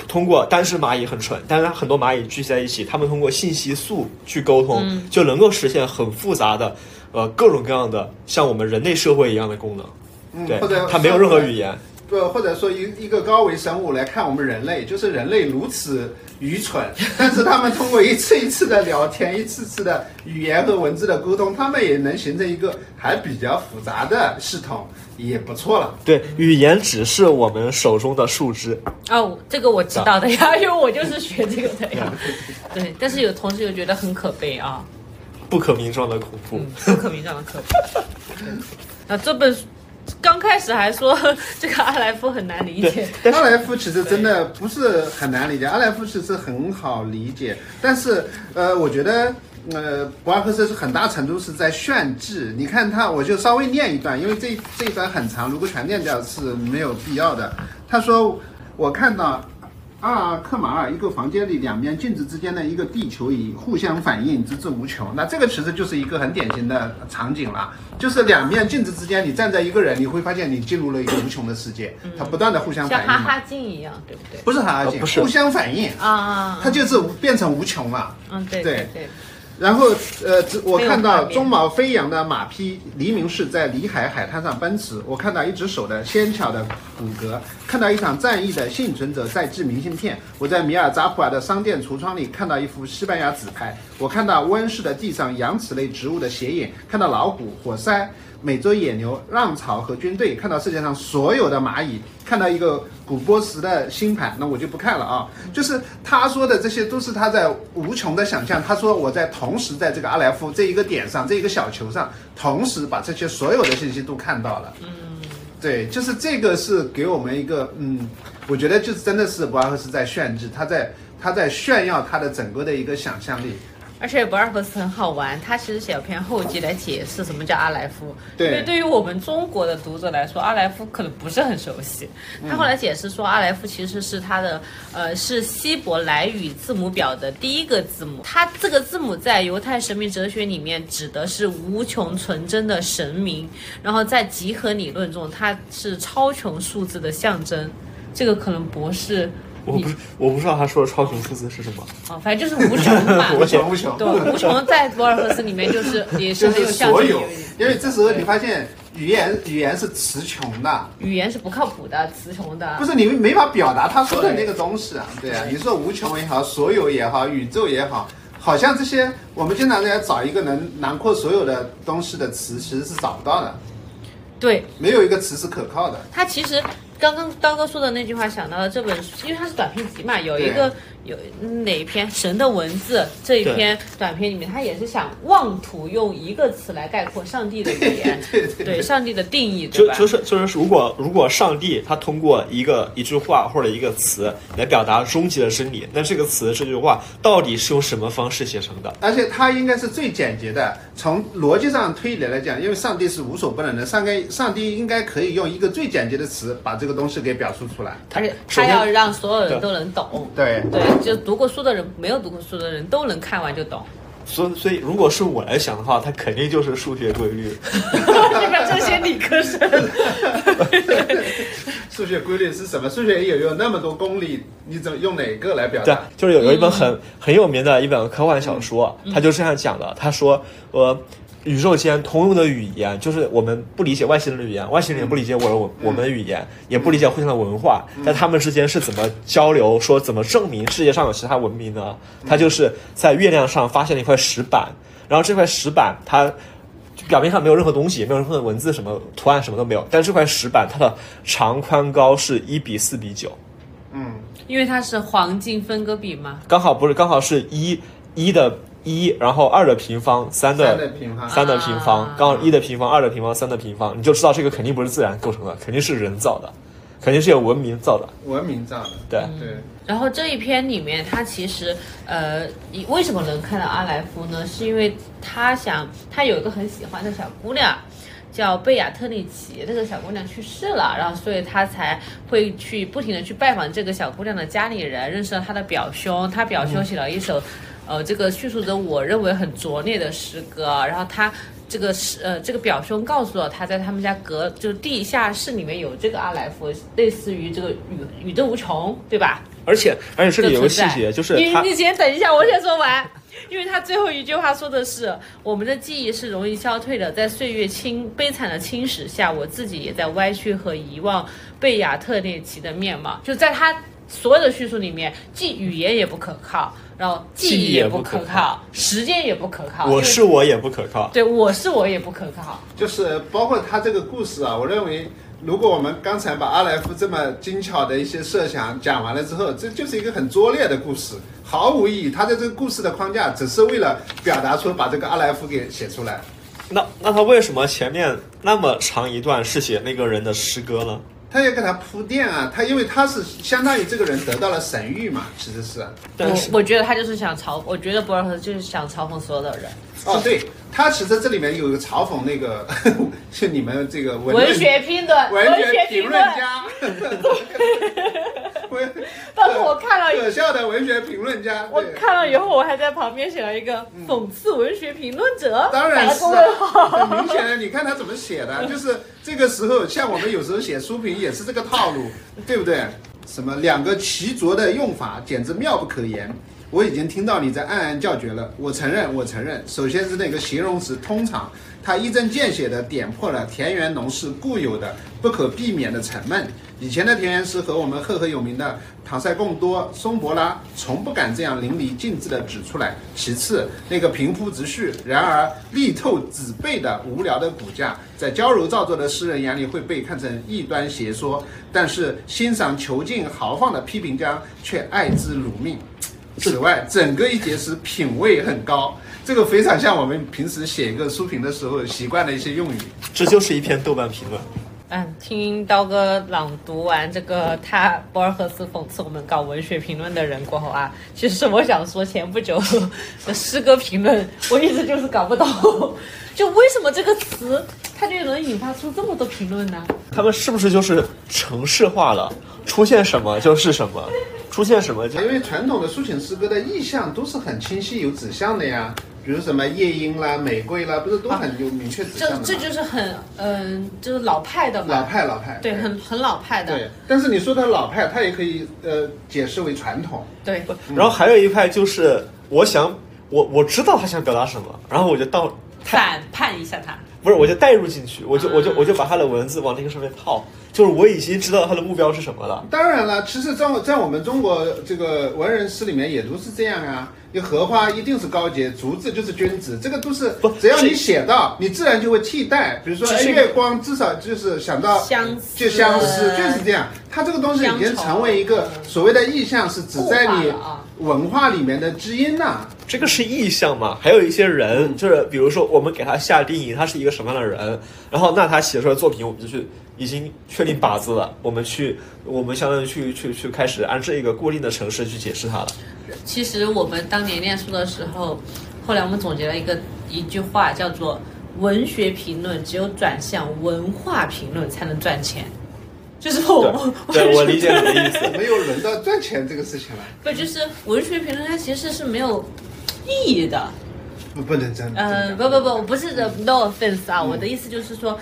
通过单只蚂蚁很蠢，但是它很多蚂蚁聚在一起，它们通过信息素去沟通，嗯就能够实现很复杂的呃各种各样的像我们人类社会一样的功能。嗯对或者，它没有任何语言。不，或者说一一个高维生物来看我们人类，就是人类如此愚蠢， 但是他们通过一次一次的聊天，一次次的语言和文字的沟通，他们也能形成一个还比较复杂的系统，也不错了。对，语言只是我们手中的树枝。啊、我这个我知道的呀，因为我就是学这个的呀。对，但是有同时又觉得很可悲啊，嗯不可名状的恐怖。不可名状的可悲。那这本刚开始还说这个阿莱夫很难理解，但阿莱夫其实真的不是很难理解，阿莱夫其实很好理解，但是呃，我觉得呃，博尔赫斯是很大程度是在炫技。你看他，我就稍微念一段，因为这这一段很长，如果全念掉是没有必要的。他说，我看到阿尔克马尔一个房间里两面镜子之间的一个地球仪互相反应，直至无穷。那这个其实就是一个很典型的场景了，就是两面镜子之间，你站在一个人，你会发现你进入了一个无穷的世界，它不断的互相像反应哈嘛。哈镜一样，对不对？不是哈哈呃镜，不是互相反应，啊啊，它就是变成无穷了。嗯，对对对对，然后，呃，这我看没有画到面鬃毛飞扬的马匹，黎明是在里海海滩上奔驰。我看到一只手的纤巧的骨骼，看到一场战役的幸存者在制明信片。我在米尔扎普尔的商店橱窗里看到一幅西班牙纸牌。我看到温室的地上羊齿类植物的斜影，看到老虎、火塞、美洲野牛、浪潮和军队，看到世界上所有的蚂蚁，看到一个古波什的星盘，那我就不看了啊。就是他说的这些都是他在无穷的想象。他说我在同时在这个阿莱夫这一个点上，这一个小球上，同时把这些所有的信息都看到了。嗯，对，就是这个是给我们一个嗯，我觉得就是真的是博尔赫斯在炫技，他在他在炫耀他的整个的一个想象力。而且博尔赫斯很好玩，他其实写了篇后记来解释什么叫阿莱夫。对因为对于我们中国的读者来说，阿莱夫可能不是很熟悉。他后来解释说，阿莱夫其实是他的呃是希伯来语字母表的第一个字母，它这个字母在犹太神秘哲学里面指的是无穷纯真的神明，然后在集合理论中，它是超穷数字的象征。这个可能博士。我不是我不知道他说的超穷数字是什么，哦，反正就是无穷嘛， 我穷无 穷，对，无穷在博尔赫斯里面就是也是就很是有象所征意有义，因为这时候你发现语言语言是词穷的，语言是不靠谱的，词穷的。不是你没法表达他说的那个东西啊，对啊，你说无穷也好，所有也好，宇宙也好，好像这些我们经常在找一个能囊括所有的东西的词，其实是找不到的，对没有一个词是可靠的。他其实刚刚刀哥说的那句话，想到了这本书，因为它是短篇集嘛，有一个有哪一篇《神的文字》这一篇短篇里面，他也是想妄图用一个词来概括上帝的语言， 对对对上帝的定义，对就吧？就是就是，如果如果上帝他通过一个一句话或者一个词来表达终极的真理，那这个词这句话到底是用什么方式写成的？而且它应该是最简洁的。从逻辑上推理来讲，因为上帝是无所不能的，上该上帝应该可以用一个最简洁的词把这个东西给表述出来。而且首他先要让所有人都能懂，对对，就读过书的人，没有读过书的人都能看完就懂。所以所以，如果是我来想的话，它肯定就是数学规律。你们这些理科生，数学规律是什么？数学也有有那么多公理，你怎么用哪个来表对达？，就是有有一本很、很有名的一本科幻小说，他就这样讲的。他说，呃，宇宙间通用的语言就是我们不理解外星人的语言，外星人也不理解我的我、我们的语言，也不理解互相的文化，但他们之间是怎么交流？说怎么证明世界上有其他文明呢？他就是在月亮上发现了一块石板，然后这块石板它。表面上没有任何东西，没有任何的文字、什么图案、什么都没有。但这块石板它的长、宽、高是一比四比九，嗯，因为它是黄金分割比嘛，刚好不是，刚好是一一的一，然后二的平方，三三的的平方。三的平方啊，刚好一的平方，二的平方，三的平方，你就知道这个肯定不是自然构成的，肯定是人造的，肯定是有文明造的。文明造的，对，对，然后这一篇里面，他其实呃，以为什么能看到阿莱夫呢？是因为他想，他有一个很喜欢的小姑娘。叫贝亚特丽奇，这个小姑娘去世了，然后所以他才会去不停的去拜访这个小姑娘的家里人，认识了她的表兄，他表兄写了一首，呃，这个叙述着我认为很拙劣的诗歌，然后他这个是呃，这个表兄告诉了他在他们家隔就是地下室里面有这个阿莱夫，类似于这个宇宇宙无穷，对吧？而且而且这里有个的细存在节，就是你它你先等一下，我先说完。因为他最后一句话说的是：“我们的记忆是容易消退的，在岁月侵悲惨的侵蚀下，我自己也在歪曲和遗忘贝亚特列奇的面貌。”就在他所有的叙述里面，既语言也不可靠，然后记记忆忆也也不不可可靠靠，时间也不可靠。因我为是我也不可靠。对，我是我也不可靠。就是包括他这个故事啊，我认为如果我们刚才把阿莱夫这么精巧的一些设想讲完了之后，这就是一个很拙劣的故事，毫无意义。他在这个故事的框架只是为了表达出把这个阿莱夫给写出来，那那他为什么前面那么长一段是写那个人的诗歌呢？他要给他铺垫啊，他因为他是相当于这个人得到了神谕嘛，其实是。但是我我觉得他就是想嘲，我觉得博尔赫斯就是想嘲讽所有的人，哦，对，他其实这里面有一个嘲讽那个， 是你们这个文论文学评论，文学学评论 家，文当时我看了可笑的文学评论家，我对嗯看了以后，我还在旁边写了一个讽刺文学评论者，当然打了是公众啊，号。很明显的，你看他怎么写的，就是这个时候，像我们有时候写书评也是这个套路，对不对？什么两个奇拙的用法，简直妙不可言。我已经听到你在暗暗叫绝了。我承认，我承认。首先是那个形容词，通常它一针见血地点破了田园农事固有的不可避免的沉闷。以前的田园诗和我们赫赫有名的唐塞贡多、松柏拉从不敢这样淋漓尽致地指出来。其次，那个平铺直叙，然而力透纸背的无聊的骨架，在矫揉造作的诗人眼里会被看成异端邪说，但是欣赏遒劲豪放的批评家却爱之如命。此外，整个一节诗品味很高，这个非常像我们平时写一个书评的时候习惯的一些用语。这就是一篇豆瓣评论。嗯，听刀哥朗读完这个他博尔赫斯讽刺我们搞文学评论的人过后啊，其实我想说，前不久的诗歌评论，我一直就是搞不懂， 就为什么这个词它就能引发出这么多评论呢？他们是不是就是城市化了？出现什么就是什么，出现什么就因为传统的抒情诗歌的意象都是很清晰有指向的呀，比如什么夜莺啦、玫瑰啦，不是都很有明确指这向的吗？啊这就是很嗯、就是老派的嘛，老派老派，对，很很老派的，对。但是你说它老派，它也可以呃解释为传统。对不然后还有一派就是，我想我我知道他想表达什么，然后我就到他反叛一下他。不是我就带入进去，我就我就我就把他的文字往那个上面套，就是我已经知道他的目标是什么了。当然了，其实在我在我们中国这个文人诗里面也都是这样啊。你荷花一定是高洁，竹子就是君子，这个都是不只要你这写到，你自然就会替代。比如说，这哎，是一个月光至少就是想到相思就相思，就是这样。它这个东西已经成为一个所谓的意象，是只在固化你了啊文化里面的基因呐、这个是意象嘛？还有一些人，就是比如说我们给他下定义，他是一个什么样的人，然后那他写出来的作品，我们就去已经确定靶子了，我们去我们相当于去去去开始按这一个固定的城市去解释它了。其实我们当年念书的时候，后来我们总结了一个一句话，叫做“文学评论只有转向文化评论才能赚钱”，就是我们对， 对我理解你的意思。没有轮到赚钱这个事情了，不就是文学评论它其实是没有意义的。不不能这样。呃，这不样不不，我不是的 no offense 嗯啊，我的意思就是说。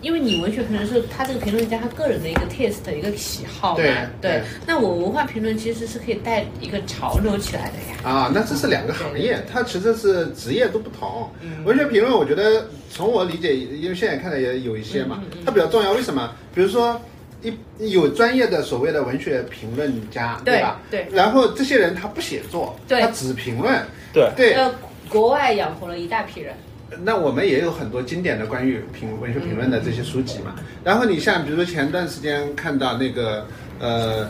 因为你文学评论是他这个评论家他个人的一个 taste 一个喜好嘛，对对那我文化评论其实是可以带一个潮流起来的呀。啊，那这是两个行业，它其实是职业都不同。嗯文学评论，我觉得从我理解，因为现在看的也有一些嗯嘛，它比较重要。为什么？比如说，一有专业的所谓的文学评论家，对吧？对然后这些人他不写作，对他只评论。对，对，呃，国外养活了一大批人，那我们也有很多经典的关于评文学评论的这些书籍嘛。然后你像比如说前段时间看到那个呃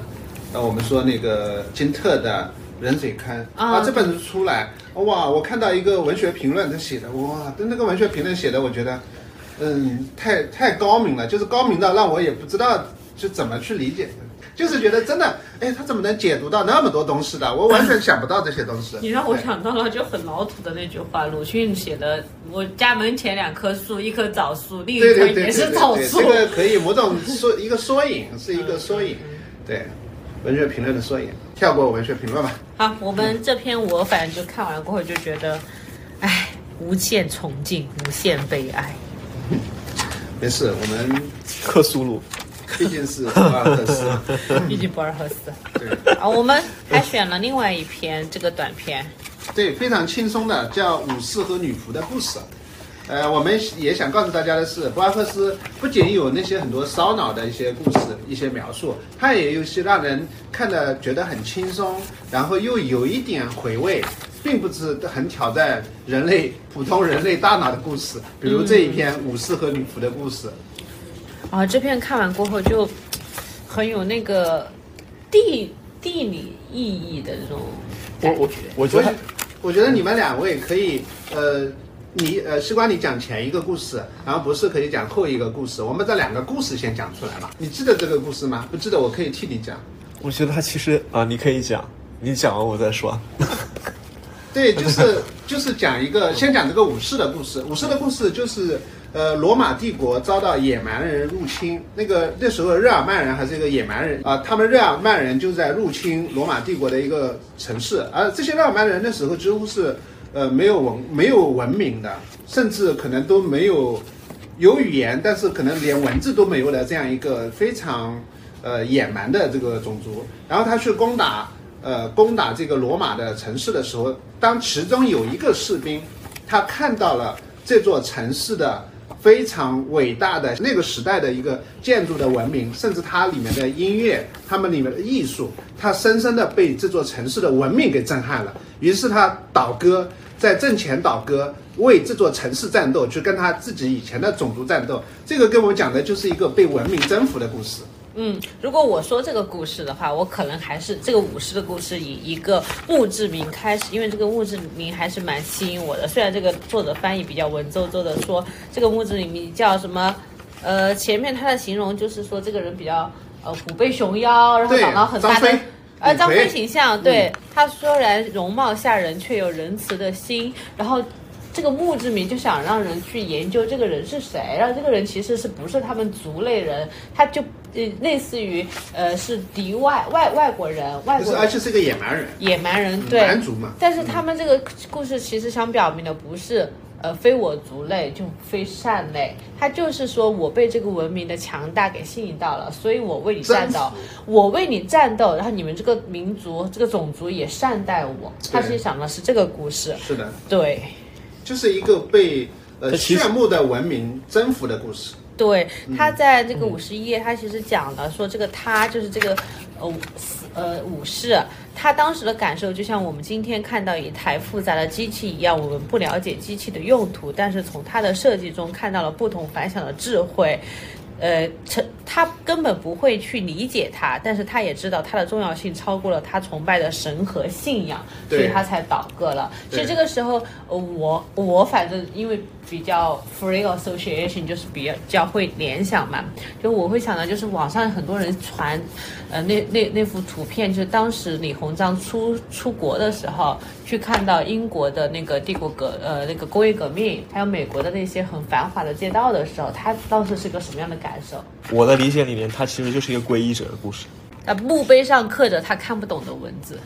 呃，我们说那个金特的《人水坑》啊这本书出来，哇，我看到一个文学评论他写的，哇，那那个文学评论写的，我觉得嗯太太高明了，就是高明到让我也不知道就怎么去理解。就是觉得真的，哎，他怎么能解读到那么多东西的？我完全想不到这些东西。你让我对想到了就很老土的那句话，鲁迅写的：“我家门前两棵树，一棵枣树，另一对棵对对， 也是对枣对树。这个可以某种缩一个缩影，是一个缩影，嗯对，文学评论的缩影。跳过文学评论吧，好，我们这篇我反正就看完过后就觉得，唉，无限崇敬，无限悲 哀。没事，我们克苏鲁。毕竟是博尔赫斯，毕竟博尔赫斯。对啊，我们还选了另外一篇这个短篇，对，非常轻松的，叫《武士和女仆的故事》。呃，我们也想告诉大家的是，博尔赫斯不仅有那些很多烧脑的一些故事、一些描述，他也有一些让人看的觉得很轻松，然后又有一点回味，并不是很挑战人类普通人类大脑的故事。比如这一篇《武士和女仆的故事》，啊，这篇看完过后就很有那个地地理意义的这种 我我我觉得我觉得你们两位可以，呃，你呃，西瓜，你讲前一个故事，然后博士可以讲后一个故事，我们这两个故事先讲出来吧。你记得这个故事吗？不记得，我可以替你讲。我觉得他其实啊，你可以讲，你讲完我再说。对，就是就是讲一个，先讲这个武士的故事。武士的故事就是，呃，罗马帝国遭到野蛮人入侵。那个那时候日耳曼人还是一个野蛮人啊、他们日耳曼人就在入侵罗马帝国的一个城市，而这些日耳曼人那时候几乎是呃没有文没有文明的，甚至可能都没有有语言，但是可能连文字都没有的这样一个非常呃野蛮的这个种族。然后他去攻打呃攻打这个罗马的城市的时候，当其中有一个士兵，他看到了这座城市的非常伟大的那个时代的一个建筑的文明，甚至它里面的音乐，他们里面的艺术，他深深的被这座城市的文明给震撼了。于是他倒戈，在阵前倒戈，为这座城市战斗，去跟他自己以前的种族战斗。这个跟我们讲的就是一个被文明征服的故事。嗯，如果我说这个故事的话，我可能还是这个武士的故事以一个墓志铭开始，因为这个墓志铭还是蛮吸引我的。虽然这个作者翻译比较文绉绉的说，这个墓志铭叫什么？呃，前面他的形容就是说这个人比较呃虎背熊腰，然后对长到很大张的飞。呃，张飞李逵形象，嗯对、他虽然容貌吓人，却有仁慈的心。然后这个墓志铭就想让人去研究这个人是谁，然后这个人其实是不是他们族类人，他就呃类似于呃是敌外外外国人，外就是国而人且是个野蛮人，野蛮人对蛮族嘛。嗯但是他们这个故事其实想表明的不是，呃，非我族类就非善类，他就是说我被这个文明的强大给吸引到了，所以我为你战斗征，我为你战斗，然后你们这个民族、这个种族也善待我。他其实想的是这个故事，是的，对。就是一个被呃这其实炫目的文明征服的故事。对，他在这个五十一页，他其实讲了说，这个他就是这个呃武士呃武士，他当时的感受就像我们今天看到一台复杂的机器一样，我们不了解机器的用途，但是从它的设计中看到了不同凡响的智慧。呃，成他根本不会去理解它，但是他也知道它的重要性超过了他崇拜的神和信仰，所以对他才倒戈了。所以对这个时候，呃我我反正因为比较 free association，就是比较会联想嘛，就我会想到就是网上很多人传，呃，那那那幅图片，就是当时李鸿章出出国的时候，去看到英国的那个帝国革呃那个工业革命，还有美国的那些很繁华的街道的时候，他当时是个什么样的感受？我的理解里面，他其实就是一个皈依者的故事，啊，墓碑上刻着他看不懂的文字。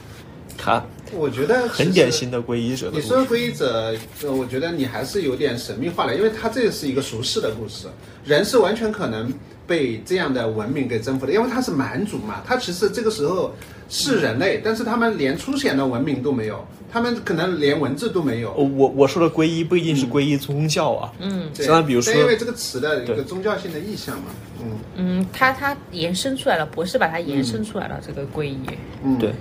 他我觉得其实很典型的皈依者的你故说事。皈依者，呃，我觉得你还是有点神秘化了，因为它这是一个俗世的故事，人是完全可能被这样的文明给征服的，因为他是蛮族嘛，他其实这个时候是人类，但是他们连出现的文明都没有，他们可能连文字都没有。我我我说的皈依不一定是皈依宗教啊，嗯，对相当于比如说但因为这个词的一对个宗教性的意象嘛，嗯嗯，他他延伸出来了，博士把它延伸出来了，这个皈依。嗯，对，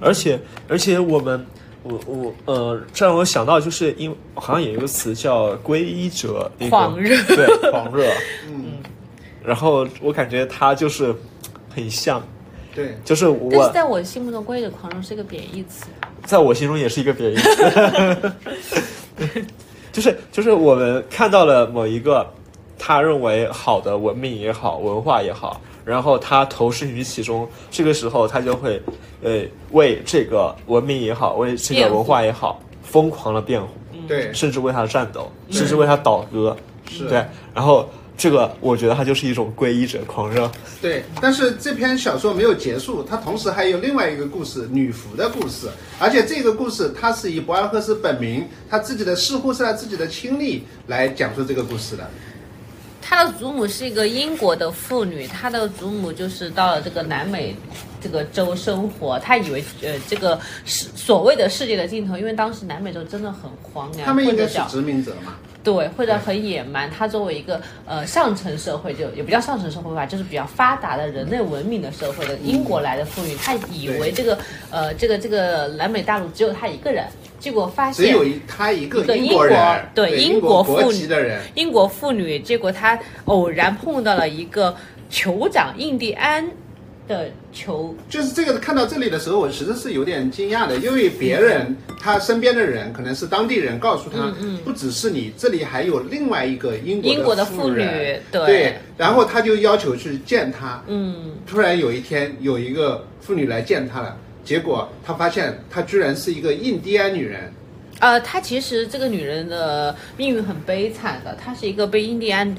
而且而且我们，我我呃，这让我想到就是因为好像也有个词叫皈依者，那个狂热 对狂热，嗯，然后我感觉他就是很像，对，就是但我是在我心目中，皈依的狂热是一个贬义词。在我心中也是一个贬义 词，就是就是我们看到了某一个他认为好的文明也好，文化也好，然后他投身于其中，这个时候他就会呃为这个文明也好，为这个文化也好，疯狂的辩护，对，甚至为他战斗，甚至为他倒戈，是对，然后这个我觉得他就是一种皈依者狂热，对，但是这篇小说没有结束，它同时还有另外一个故事，女仆的故事，而且这个故事它是以博尔赫斯本名，他自己的似乎是他自己的亲历来讲述这个故事的。嗯他的祖母是一个英国的妇女，他的祖母就是到了这个南美这个州生活，他以为呃这个世所谓的世界的尽头，因为当时南美洲真的很荒凉，他们或应者该是叫殖民者嘛？对，或者很野蛮。它作为一个呃上层社会就，也不叫上层社会吧，就是比较发达的人类文明的社会的英国来的妇女，她以为对这个呃这个这个南美大陆只有她一个人，结果发只现有一他一个一个英英国国人，对对英英国妇国女籍的人，英国妇女，结果她偶然碰到了一个酋长印第安的求就是这个看到这里的时候，我其实是有点惊讶的，因为别人他身边的人可能是当地人告诉他，不只是你，这里还有另外一个英嗯英国的妇妇女人对然后他就要求去见他，嗯，突然有一天有一个妇女来见他了，结果他发现她居然是一个印第安女人，呃，她其实这个女人的命运很悲惨的，她是一个被印第安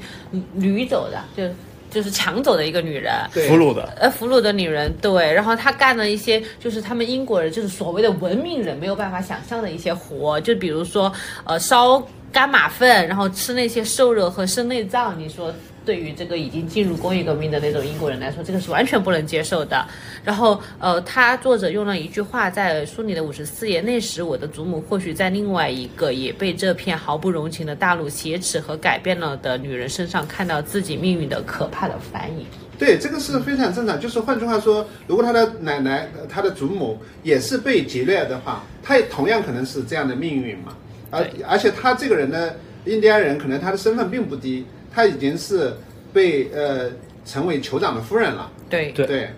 掳走的，就就是抢走的一个女人。对，俘虏的，呃，俘虏的女人，对，然后她干了一些就是他们英国人就是所谓的文明人没有办法想象的一些活，就比如说呃烧干马粪，然后吃那些瘦肉和生内脏，你说。对于这个已经进入工业革命的那种英国人来说，这个是完全不能接受的。然后，呃，他作者用了一句话在书里的五十四页，那时我的祖母或许在另外一个也被这片毫不容情的大陆挟持和改变了的女人身上看到自己命运的可怕的反影。对，这个是非常正常。就是换句话说，如果他的奶奶、呃他的祖母也是被劫掠的话，他也同样可能是这样的命运嘛。而而且他这个人呢，印第安人，可能他的身份并不低，他已经是被呃成为酋长的夫人了。对，对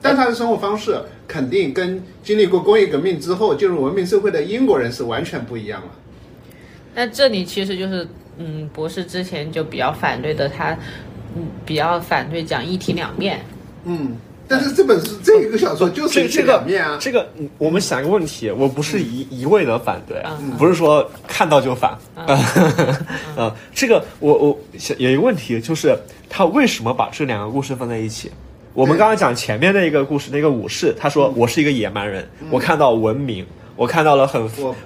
但他的生活方式肯定跟经历过工业革命之后进入文明社会的英国人是完全不一样了。那这里其实就是，嗯，博士之前就比较反对的他，嗯，比较反对讲一体两面。嗯，但是这本书这一个小说就是这一体这个两面啊。这个嗯我们想一个问题，我不是一、一味的反对，啊嗯不是说看到就反，啊、 嗯，这个我我想有一个问题就是，他为什么把这两个故事放在一起？我们对嗯刚刚讲前面那个故事，那个武士，他说我是一个野蛮人，我看到文明，我看到了很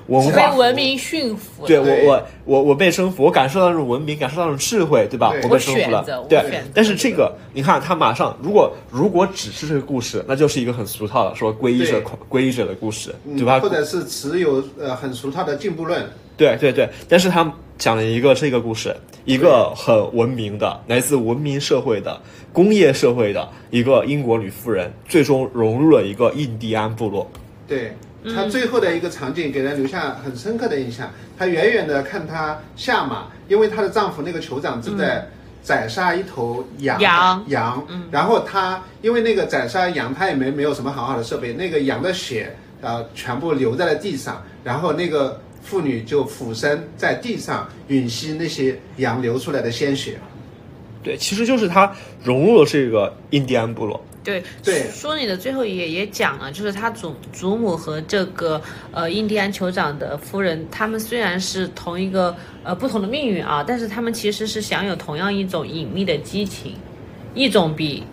我文被化。文明驯服了，对我对我我我被征服，我感受到那种文明，感受到那种智慧，对吧？对我被征服我选择了我，对选择。但是这个，你看他马上，如果如果只是这个故事，那就是一个很俗套的说皈依者对皈依者的故事，嗯对吧？或者是持有呃很俗套的进步论，对对对。但是他讲了一个这个故事，一个很文明的，来自文明社会的工业社会的一个英国女妇人，最终融入了一个印第安部落。对他最后的一个场景给人留下很深刻的印象。他远远的看他下马，因为她的丈夫那个酋长正在宰杀一头羊，嗯羊嗯羊然后他因为那个宰杀羊，他也没没有什么很好的设备，那个羊的血呃全部流在了地上，然后那个妇女就俯身在地上吮吸那些羊流出来的鲜血。对，其实就是他融入了这个印第安部落。对对书里的最后一页也讲了，就是他祖祖母和这个呃印第安酋长的夫人，他们虽然是同一个呃不同的命运啊，但是他们其实是享有同样一种隐秘的激情，一种比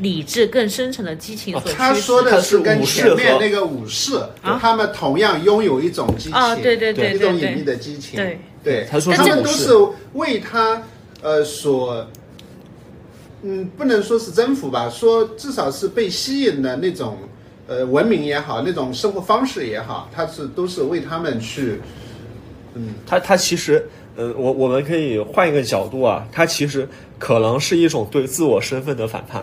理智更深沉的激情所驱使。哦他说的是跟前他是面武士和那个武士啊，他们同样拥有一种激情，啊对对对一种对对隐秘的激情，对他说是他们武都士是为他呃所，嗯，不能说是征服吧，说至少是被吸引的那种呃文明也好，那种生活方式也好，他是都是为他们去，它它其实，嗯，我我们可以换一个角度啊，它其实可能是一种对自我身份的反叛。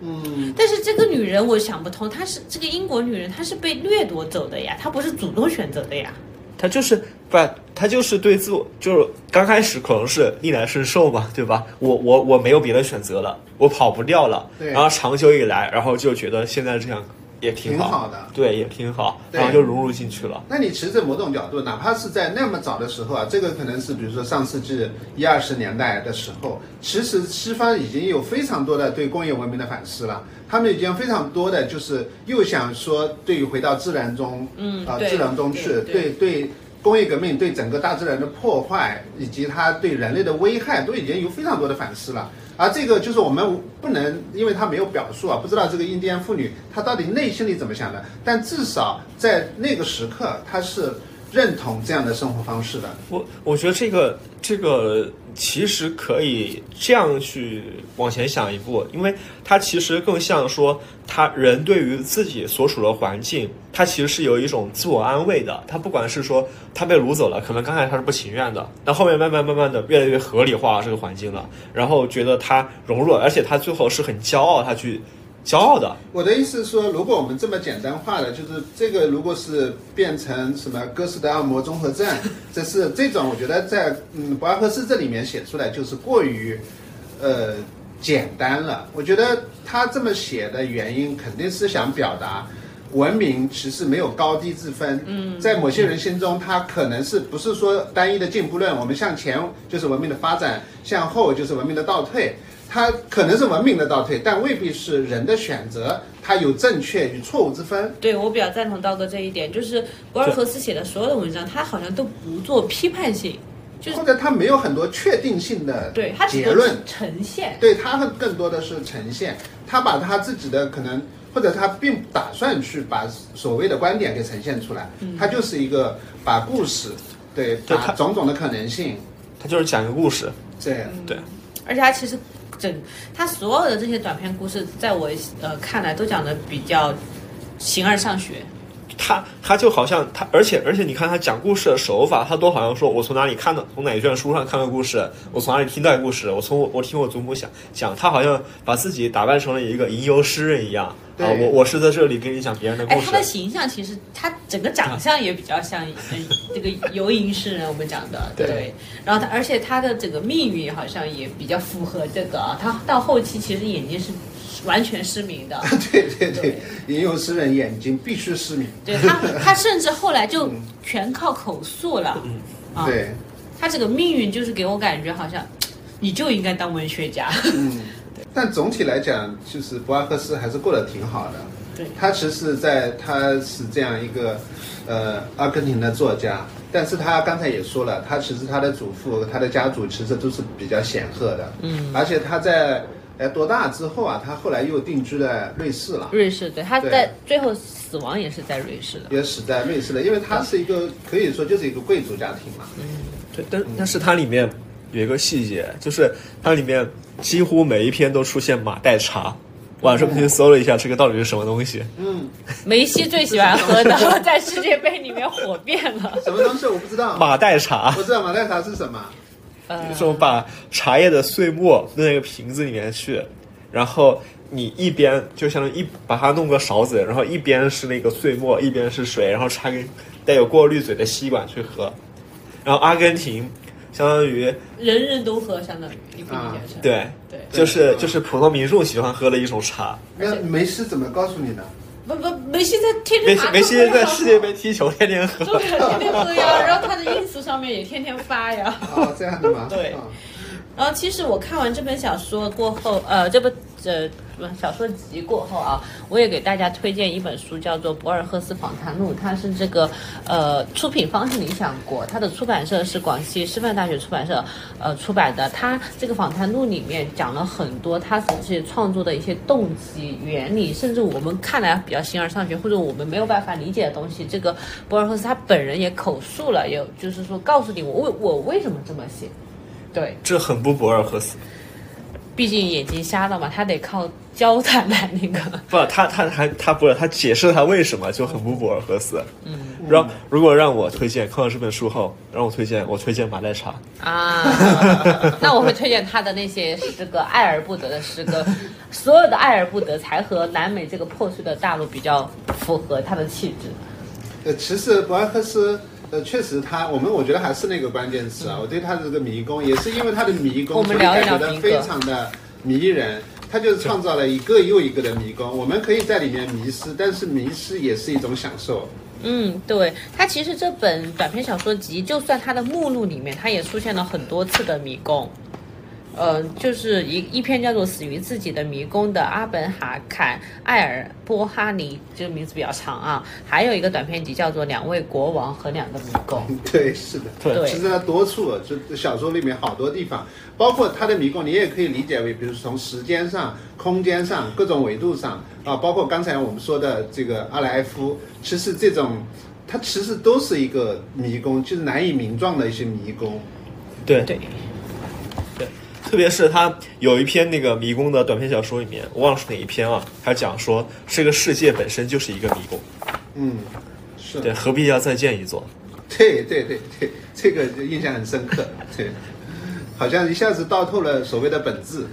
嗯，但是这个女人我想不通，她是这个英国女人，她是被掠夺走的呀，她不是主动选择的呀。他就是不，他就是对自我，就是刚开始可能是逆来顺受嘛，对吧？我我我没有别的选择了，我跑不掉了。对然后长久以来，然后就觉得现在这样也挺好，挺好的对，也挺好，对然后就融入进去了。那你其实某种角度，哪怕是在那么早的时候啊，这个可能是比如说呃上世纪一二十年代的时候，其实西方已经有非常多的对工业文明的反思了，他们已经非常多的就是又想说对于回到自然中，嗯啊、对自然中去，对对对对工业革命对整个大自然的破坏以及它对人类的危害，都已经有非常多的反思了。而这个就是我们不能，因为他没有表述啊，不知道这个印第安妇女她到底内心里怎么想的。但至少在那个时刻，她是认同这样的生活方式的。我我觉得这个这个其实可以这样去往前想一步，因为它其实更像说，他人对于自己所处的环境，他其实是有一种自我安慰的。他不管是说他被掳走了，可能刚开始他是不情愿的，那后面慢慢慢慢的越来越合理化这个环境了，然后觉得他融入了，而且他最后是很骄傲，他去骄傲的。我的意思是说，如果我们这么简单化的，就是这个，如果是变成什么哥斯达摩综合症，这是这种，我觉得在嗯博尔赫斯这里面写出来就是过于，呃，简单了。我觉得他这么写的原因，肯定是想表达文明其实没有高低之分。嗯，在某些人心中，他可能是不是说单一的进步论，我们向前就是文明的发展，向后就是文明的倒退。它可能是文明的倒退，但未必是人的选择，它有正确与错误之分。对我比较赞同刀哥这一点，就是博尔赫斯写的所有的文章，他好像都不做批判性，就是或者它没有很多确定性的对他只结做论，呈现。对他们更多的是呈现，他把他自己的可能，或者他并不打算去把所谓的观点给呈现出来，嗯他就是一个把故事，对，对把他种种的可能性，他就是讲一个故事，对，对，而且他其实整他所有的这些短篇故事，在我呃看来都讲的比较形而上学。他他就好像他，而且而且你看他讲故事的手法，他都好像说我从哪里看的，从哪一卷书上看的故事，我从哪里听到的故事，我从我我听我祖母讲讲，他好像把自己打扮成了一个吟游诗人一样对啊，我我是在这里跟你讲别人的哎故，他事，的形象其实他整个长相也比较像、呃、这个游吟诗人，我们讲的对然后他，而且他的整个命运好像也比较符合这个啊。他到后期其实眼睛是完全失明 的， 对对对嗯对，吟游诗人眼睛必须失明，对他，他甚至后来就全靠口述了。嗯啊，对，他这个命运就是给我感觉好像，你就应该当文学 家。嗯，但总体来讲，就是博尔赫斯还是过得挺好的。对他其实在他是这样一个呃阿根廷的作家，但是他刚才也说了，他其实他的祖父、他的家族其实都是比较显赫的，嗯，而且他在哎多大之后啊，他后来又定居了瑞士了。瑞士，对，他对在最后死亡也是在瑞士的。也死在瑞士了，因为他是一个可以说就是一个贵族家庭嘛，对，但但是它里面有一个细节，就是它里面几乎每一篇都出现马黛茶。晚上不去搜了一下，这个到底是什么东西？嗯，梅西最喜欢喝 的，在世界杯里面火遍了。什么东西我不知道，马黛茶我知道马黛茶是什么，呃，就是我把茶叶的碎末弄那个瓶子里面去，然后你一边就相当于一把它弄个勺子，然后一边是那个碎末，一边是水，然后插个带有过滤嘴的吸管去喝。然后阿根廷相当于人人都喝，相当于一不理解是。对，对，就是就是普通民众喜欢喝的一种茶。那梅西怎么告诉你的？不不，梅西在天梅天西拿梅西在世界杯踢球天天喝，对，天天喝呀，然后他的 ins 上面也天天发呀。哦，这样的 吗？对哦然后其实我看完这本小说过后，呃，这本呃不小说集过后啊，我也给大家推荐一本书，叫做《博尔赫斯访谈录》，它是这个呃出品方是理想国，它的出版社是广西师范大学出版社呃出版的。它这个访谈录里面讲了很多他自己创作的一些动机、原理，甚至我们看来比较形而上学或者我们没有办法理解的东西，这个博尔赫斯他本人也口述了，也就是说告诉你我为我为什么这么写，对。这很不博尔赫斯。毕竟眼睛瞎了嘛，他得靠交谈来那个。不，他他还他不是他解释他为什么就很不博尔赫斯。嗯，然后如果让我推荐，看完这本书后，让我推荐，我推荐马黛茶。啊， 那我会推荐他的那些这个艾尔布德的诗歌，所有的艾尔布德才和南美这个破碎的大陆比较符合他的气质。呃，其实博尔赫斯，呃，确实他，我们我觉得还是那个关键词啊，我对他的这个迷宫，也是因为他的迷宫，我们聊一聊所以感觉迷宫到非常的迷人。他就创造了一个又一个的迷宫，我们可以在里面迷失，但是迷失也是一种享受。嗯，对，它其实这本短篇小说集，就算它的目录里面，它也出现了很多次的迷宫。呃，就是一一篇叫做《死于自己的迷宫》的阿本哈坎艾尔波哈尼，这个名字比较长啊。还有一个短篇集叫做《两位国王和两个迷宫》。 对，是的，对其实它多处，就小说里面好多地方，包括它的迷宫，你也可以理解为，比如说从时间上、空间上、各种维度上啊，包括刚才我们说的这个阿莱夫，其实这种它其实都是一个迷宫，就是难以名状的一些迷宫。对对，对，特别是他有一篇那个迷宫的短篇小说里面，我忘了是哪一篇了，他讲说这个世界本身就是一个迷宫，嗯，是对，何必要再建一座？ 对对对对，这个就印象很深刻。对，好像一下子道透了所谓的本质。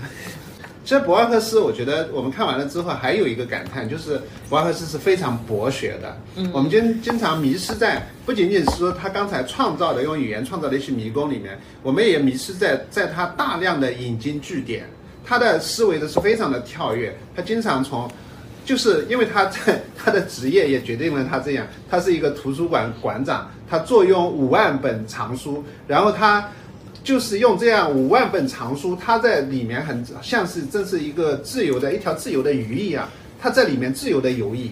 其实博尔赫斯，我觉得我们看完了之后，还有一个感叹，就是博尔赫斯是非常博学的。嗯，我们经经常迷失在不仅仅是说他刚才创造的用语言创造的一些迷宫里面，我们也迷失在在他大量的引经据典。他的思维都是非常的跳跃，他经常从，就是因为他在他的职业也决定了他这样，他是一个图书馆馆长，他坐拥五万本藏书，然后他就是用这样五万本藏书，他在里面很像是真是一个自由的一条自由的鱼一样，他在里面自由的游弋。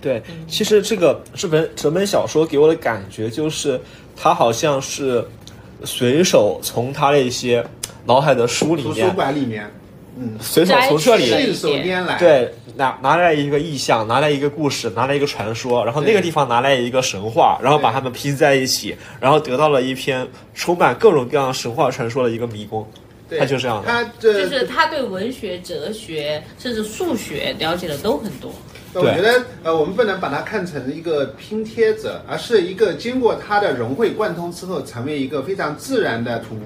对，其实这个这本整本小说给我的感觉就是，他好像是随手从他的一些脑海的书里图书面，馆里面，嗯，随手从这里摘取了信手拈来，，对，拿拿来一个意象，拿来一个故事，拿来一个传说，然后那个对地方拿来一个神话，然后把对它们拼在一起，然后得到了一篇充满各种各样神话传说的一个迷宫。对他就这样的，他这就是他对文学、哲学甚至数学了解的都很多。我对觉得，呃，我们不能把它看成一个拼贴者，而是一个经过它的融会贯通之后，成为一个非常自然的图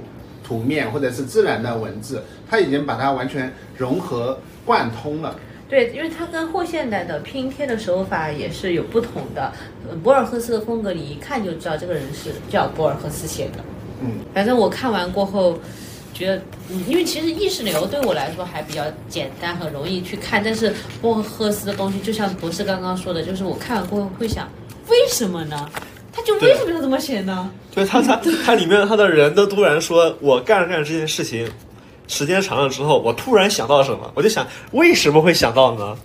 图面或者是自然的文字，它已经把它完全融合贯通了。对，因为它跟后现代的拼贴的手法也是有不同的。呃博尔赫斯的风格，你一看就知道这个人是叫博尔赫斯写的。嗯，反正我看完过后，觉得，嗯，因为其实意识流对我来说还比较简单，很容易去看。但是博尔赫斯的东西，就像博士刚刚说的，就是我看完过后会想，为什么呢？他就为对什么要这么写呢？对他他他里面他的人都突然说，我干了干这件事情，时间长了之后，我突然想到了什么，我就想为什么会想到呢？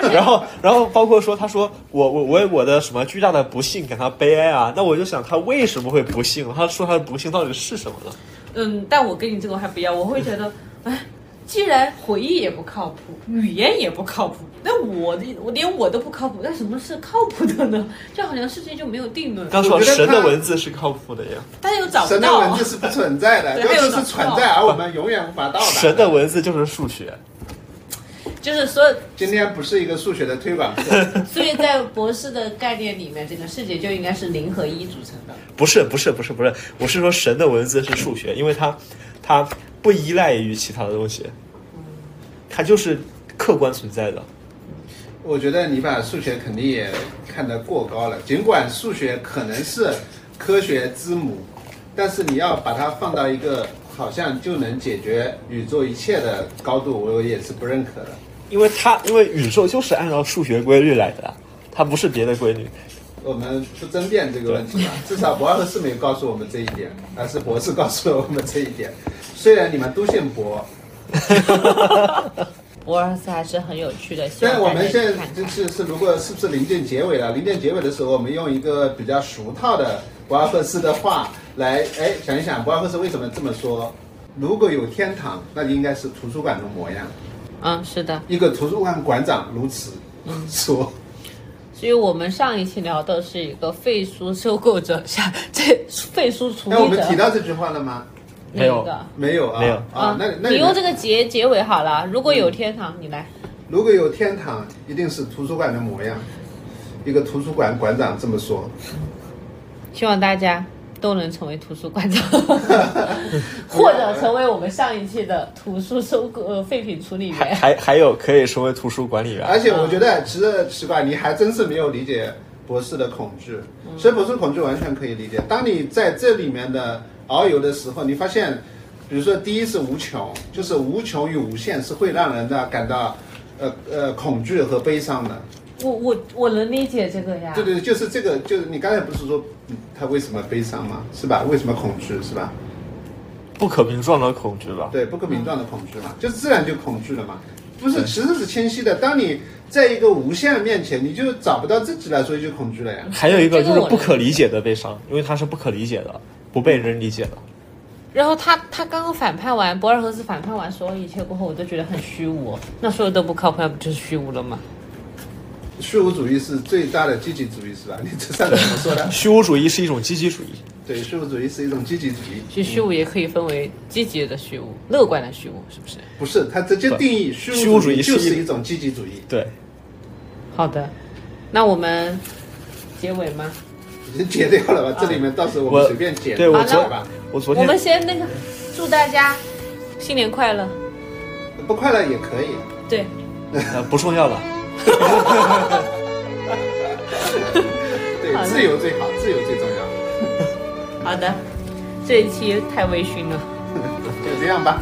然后，然后包括说，他说我我我为我的什么巨大的不幸感到悲哀啊，那我就想他为什么会不幸？他说他的不幸到底是什么呢？嗯，但我跟你这个还不一样，我会觉得，哎，既然回忆也不靠谱，语言也不靠谱，那我的我连我都不靠谱，那什么是靠谱的呢？ 就好像事情就没有定论，刚说神的文字是靠谱的呀，但又找不神的文到字。是不存在 的，对尤还有其什么是存在而我们永远无法到达。神的，文字就是数学。就是说，今天不是一个数学的推 广课，所以在博士的概念里面，这个世界就应该是零和一组成的。不是不是不是不是，我是说神的文字是数学，因为它它不依赖于其他的东西，它就是客观存在的。我觉得你把数学肯定也看得过高了，尽管数学可能是科学之母，但是你要把它放到一个好像就能解决宇宙一切的高度，我也是不认可的。因为它因为宇宙就是按照数学规律来的，它不是别的规律。我们不争辩这个问题吧，至少博尔赫斯没有告诉我们这一点，而是博士告诉了我们这一点。虽然你们都姓博，博尔赫斯还是很有趣的，希但望大我家们去现在看就看。是是，如果是不是临近结尾了？临近结尾的时候，我们用一个比较俗套的博尔赫斯的话来，哎，想一想博尔赫斯为什么这么说？如果有天堂，那应该是图书馆的模样。嗯，是的。一个图书馆馆长如此嗯 说。所以我们上一期聊的是一个废书收购者下，这废书处理那者。哎嗯我们提到这句话了吗？那没有个没有啊，嗯没有啊。那那你用这个，个结结尾好了。如果有天堂，你来。如果有天堂，一定是图书馆的模样。一个图书馆馆长这么说。希望大家都能成为图书馆 长，或者成为我们上一期的图书收购呃废品处理还员。还还有可以成为图书管理员，而且我觉得，其实奇怪，你还真是没有理解博士的恐惧。其实博士恐惧完全可以理解。当你在这里面的遨游的时候，你发现，比如说第一是无穷，就是无穷与无限是会让人的感到，呃呃恐惧和悲伤的。我我我能理解这个呀对。对，对就是这个，就是你刚才不是说嗯他为什么悲伤吗？是吧？为什么恐惧是吧？不可名状的恐惧吧。对不可名状的恐惧嘛，就是自然就恐惧了嘛。不是，其实是清晰的。当你在一个无限面前，你就找不到自己了，所以就恐惧了呀。 还有一个就这是个我不可理解的悲伤，因为它是不可理解的，不被人理解的。然后他他刚刚反叛完博尔赫斯反叛完所有一切过后，我都觉得很虚无。那所有都不靠谱，那不就是虚无了吗？虚无主义是最大的积极主义，是吧？你 这上怎么 说的？虚无主义是一种积极主义，对，虚无主义是一种积极主义，其实虚无也可以分为积极的虚无、乐观的虚无，是不是？不是它直接定义虚虚无无主主义义就是是一一种积极主义，对，好的，那我们结尾吗？已经解掉了吧？这里面到时候我们我随便解，啊对我好昨吧？我昨我天们先那个，祝大家新年快乐。不快乐也可以。对，呃不重要了。对，好的自由最好，自由最重要。好的，这一期太微醺了。就这样吧，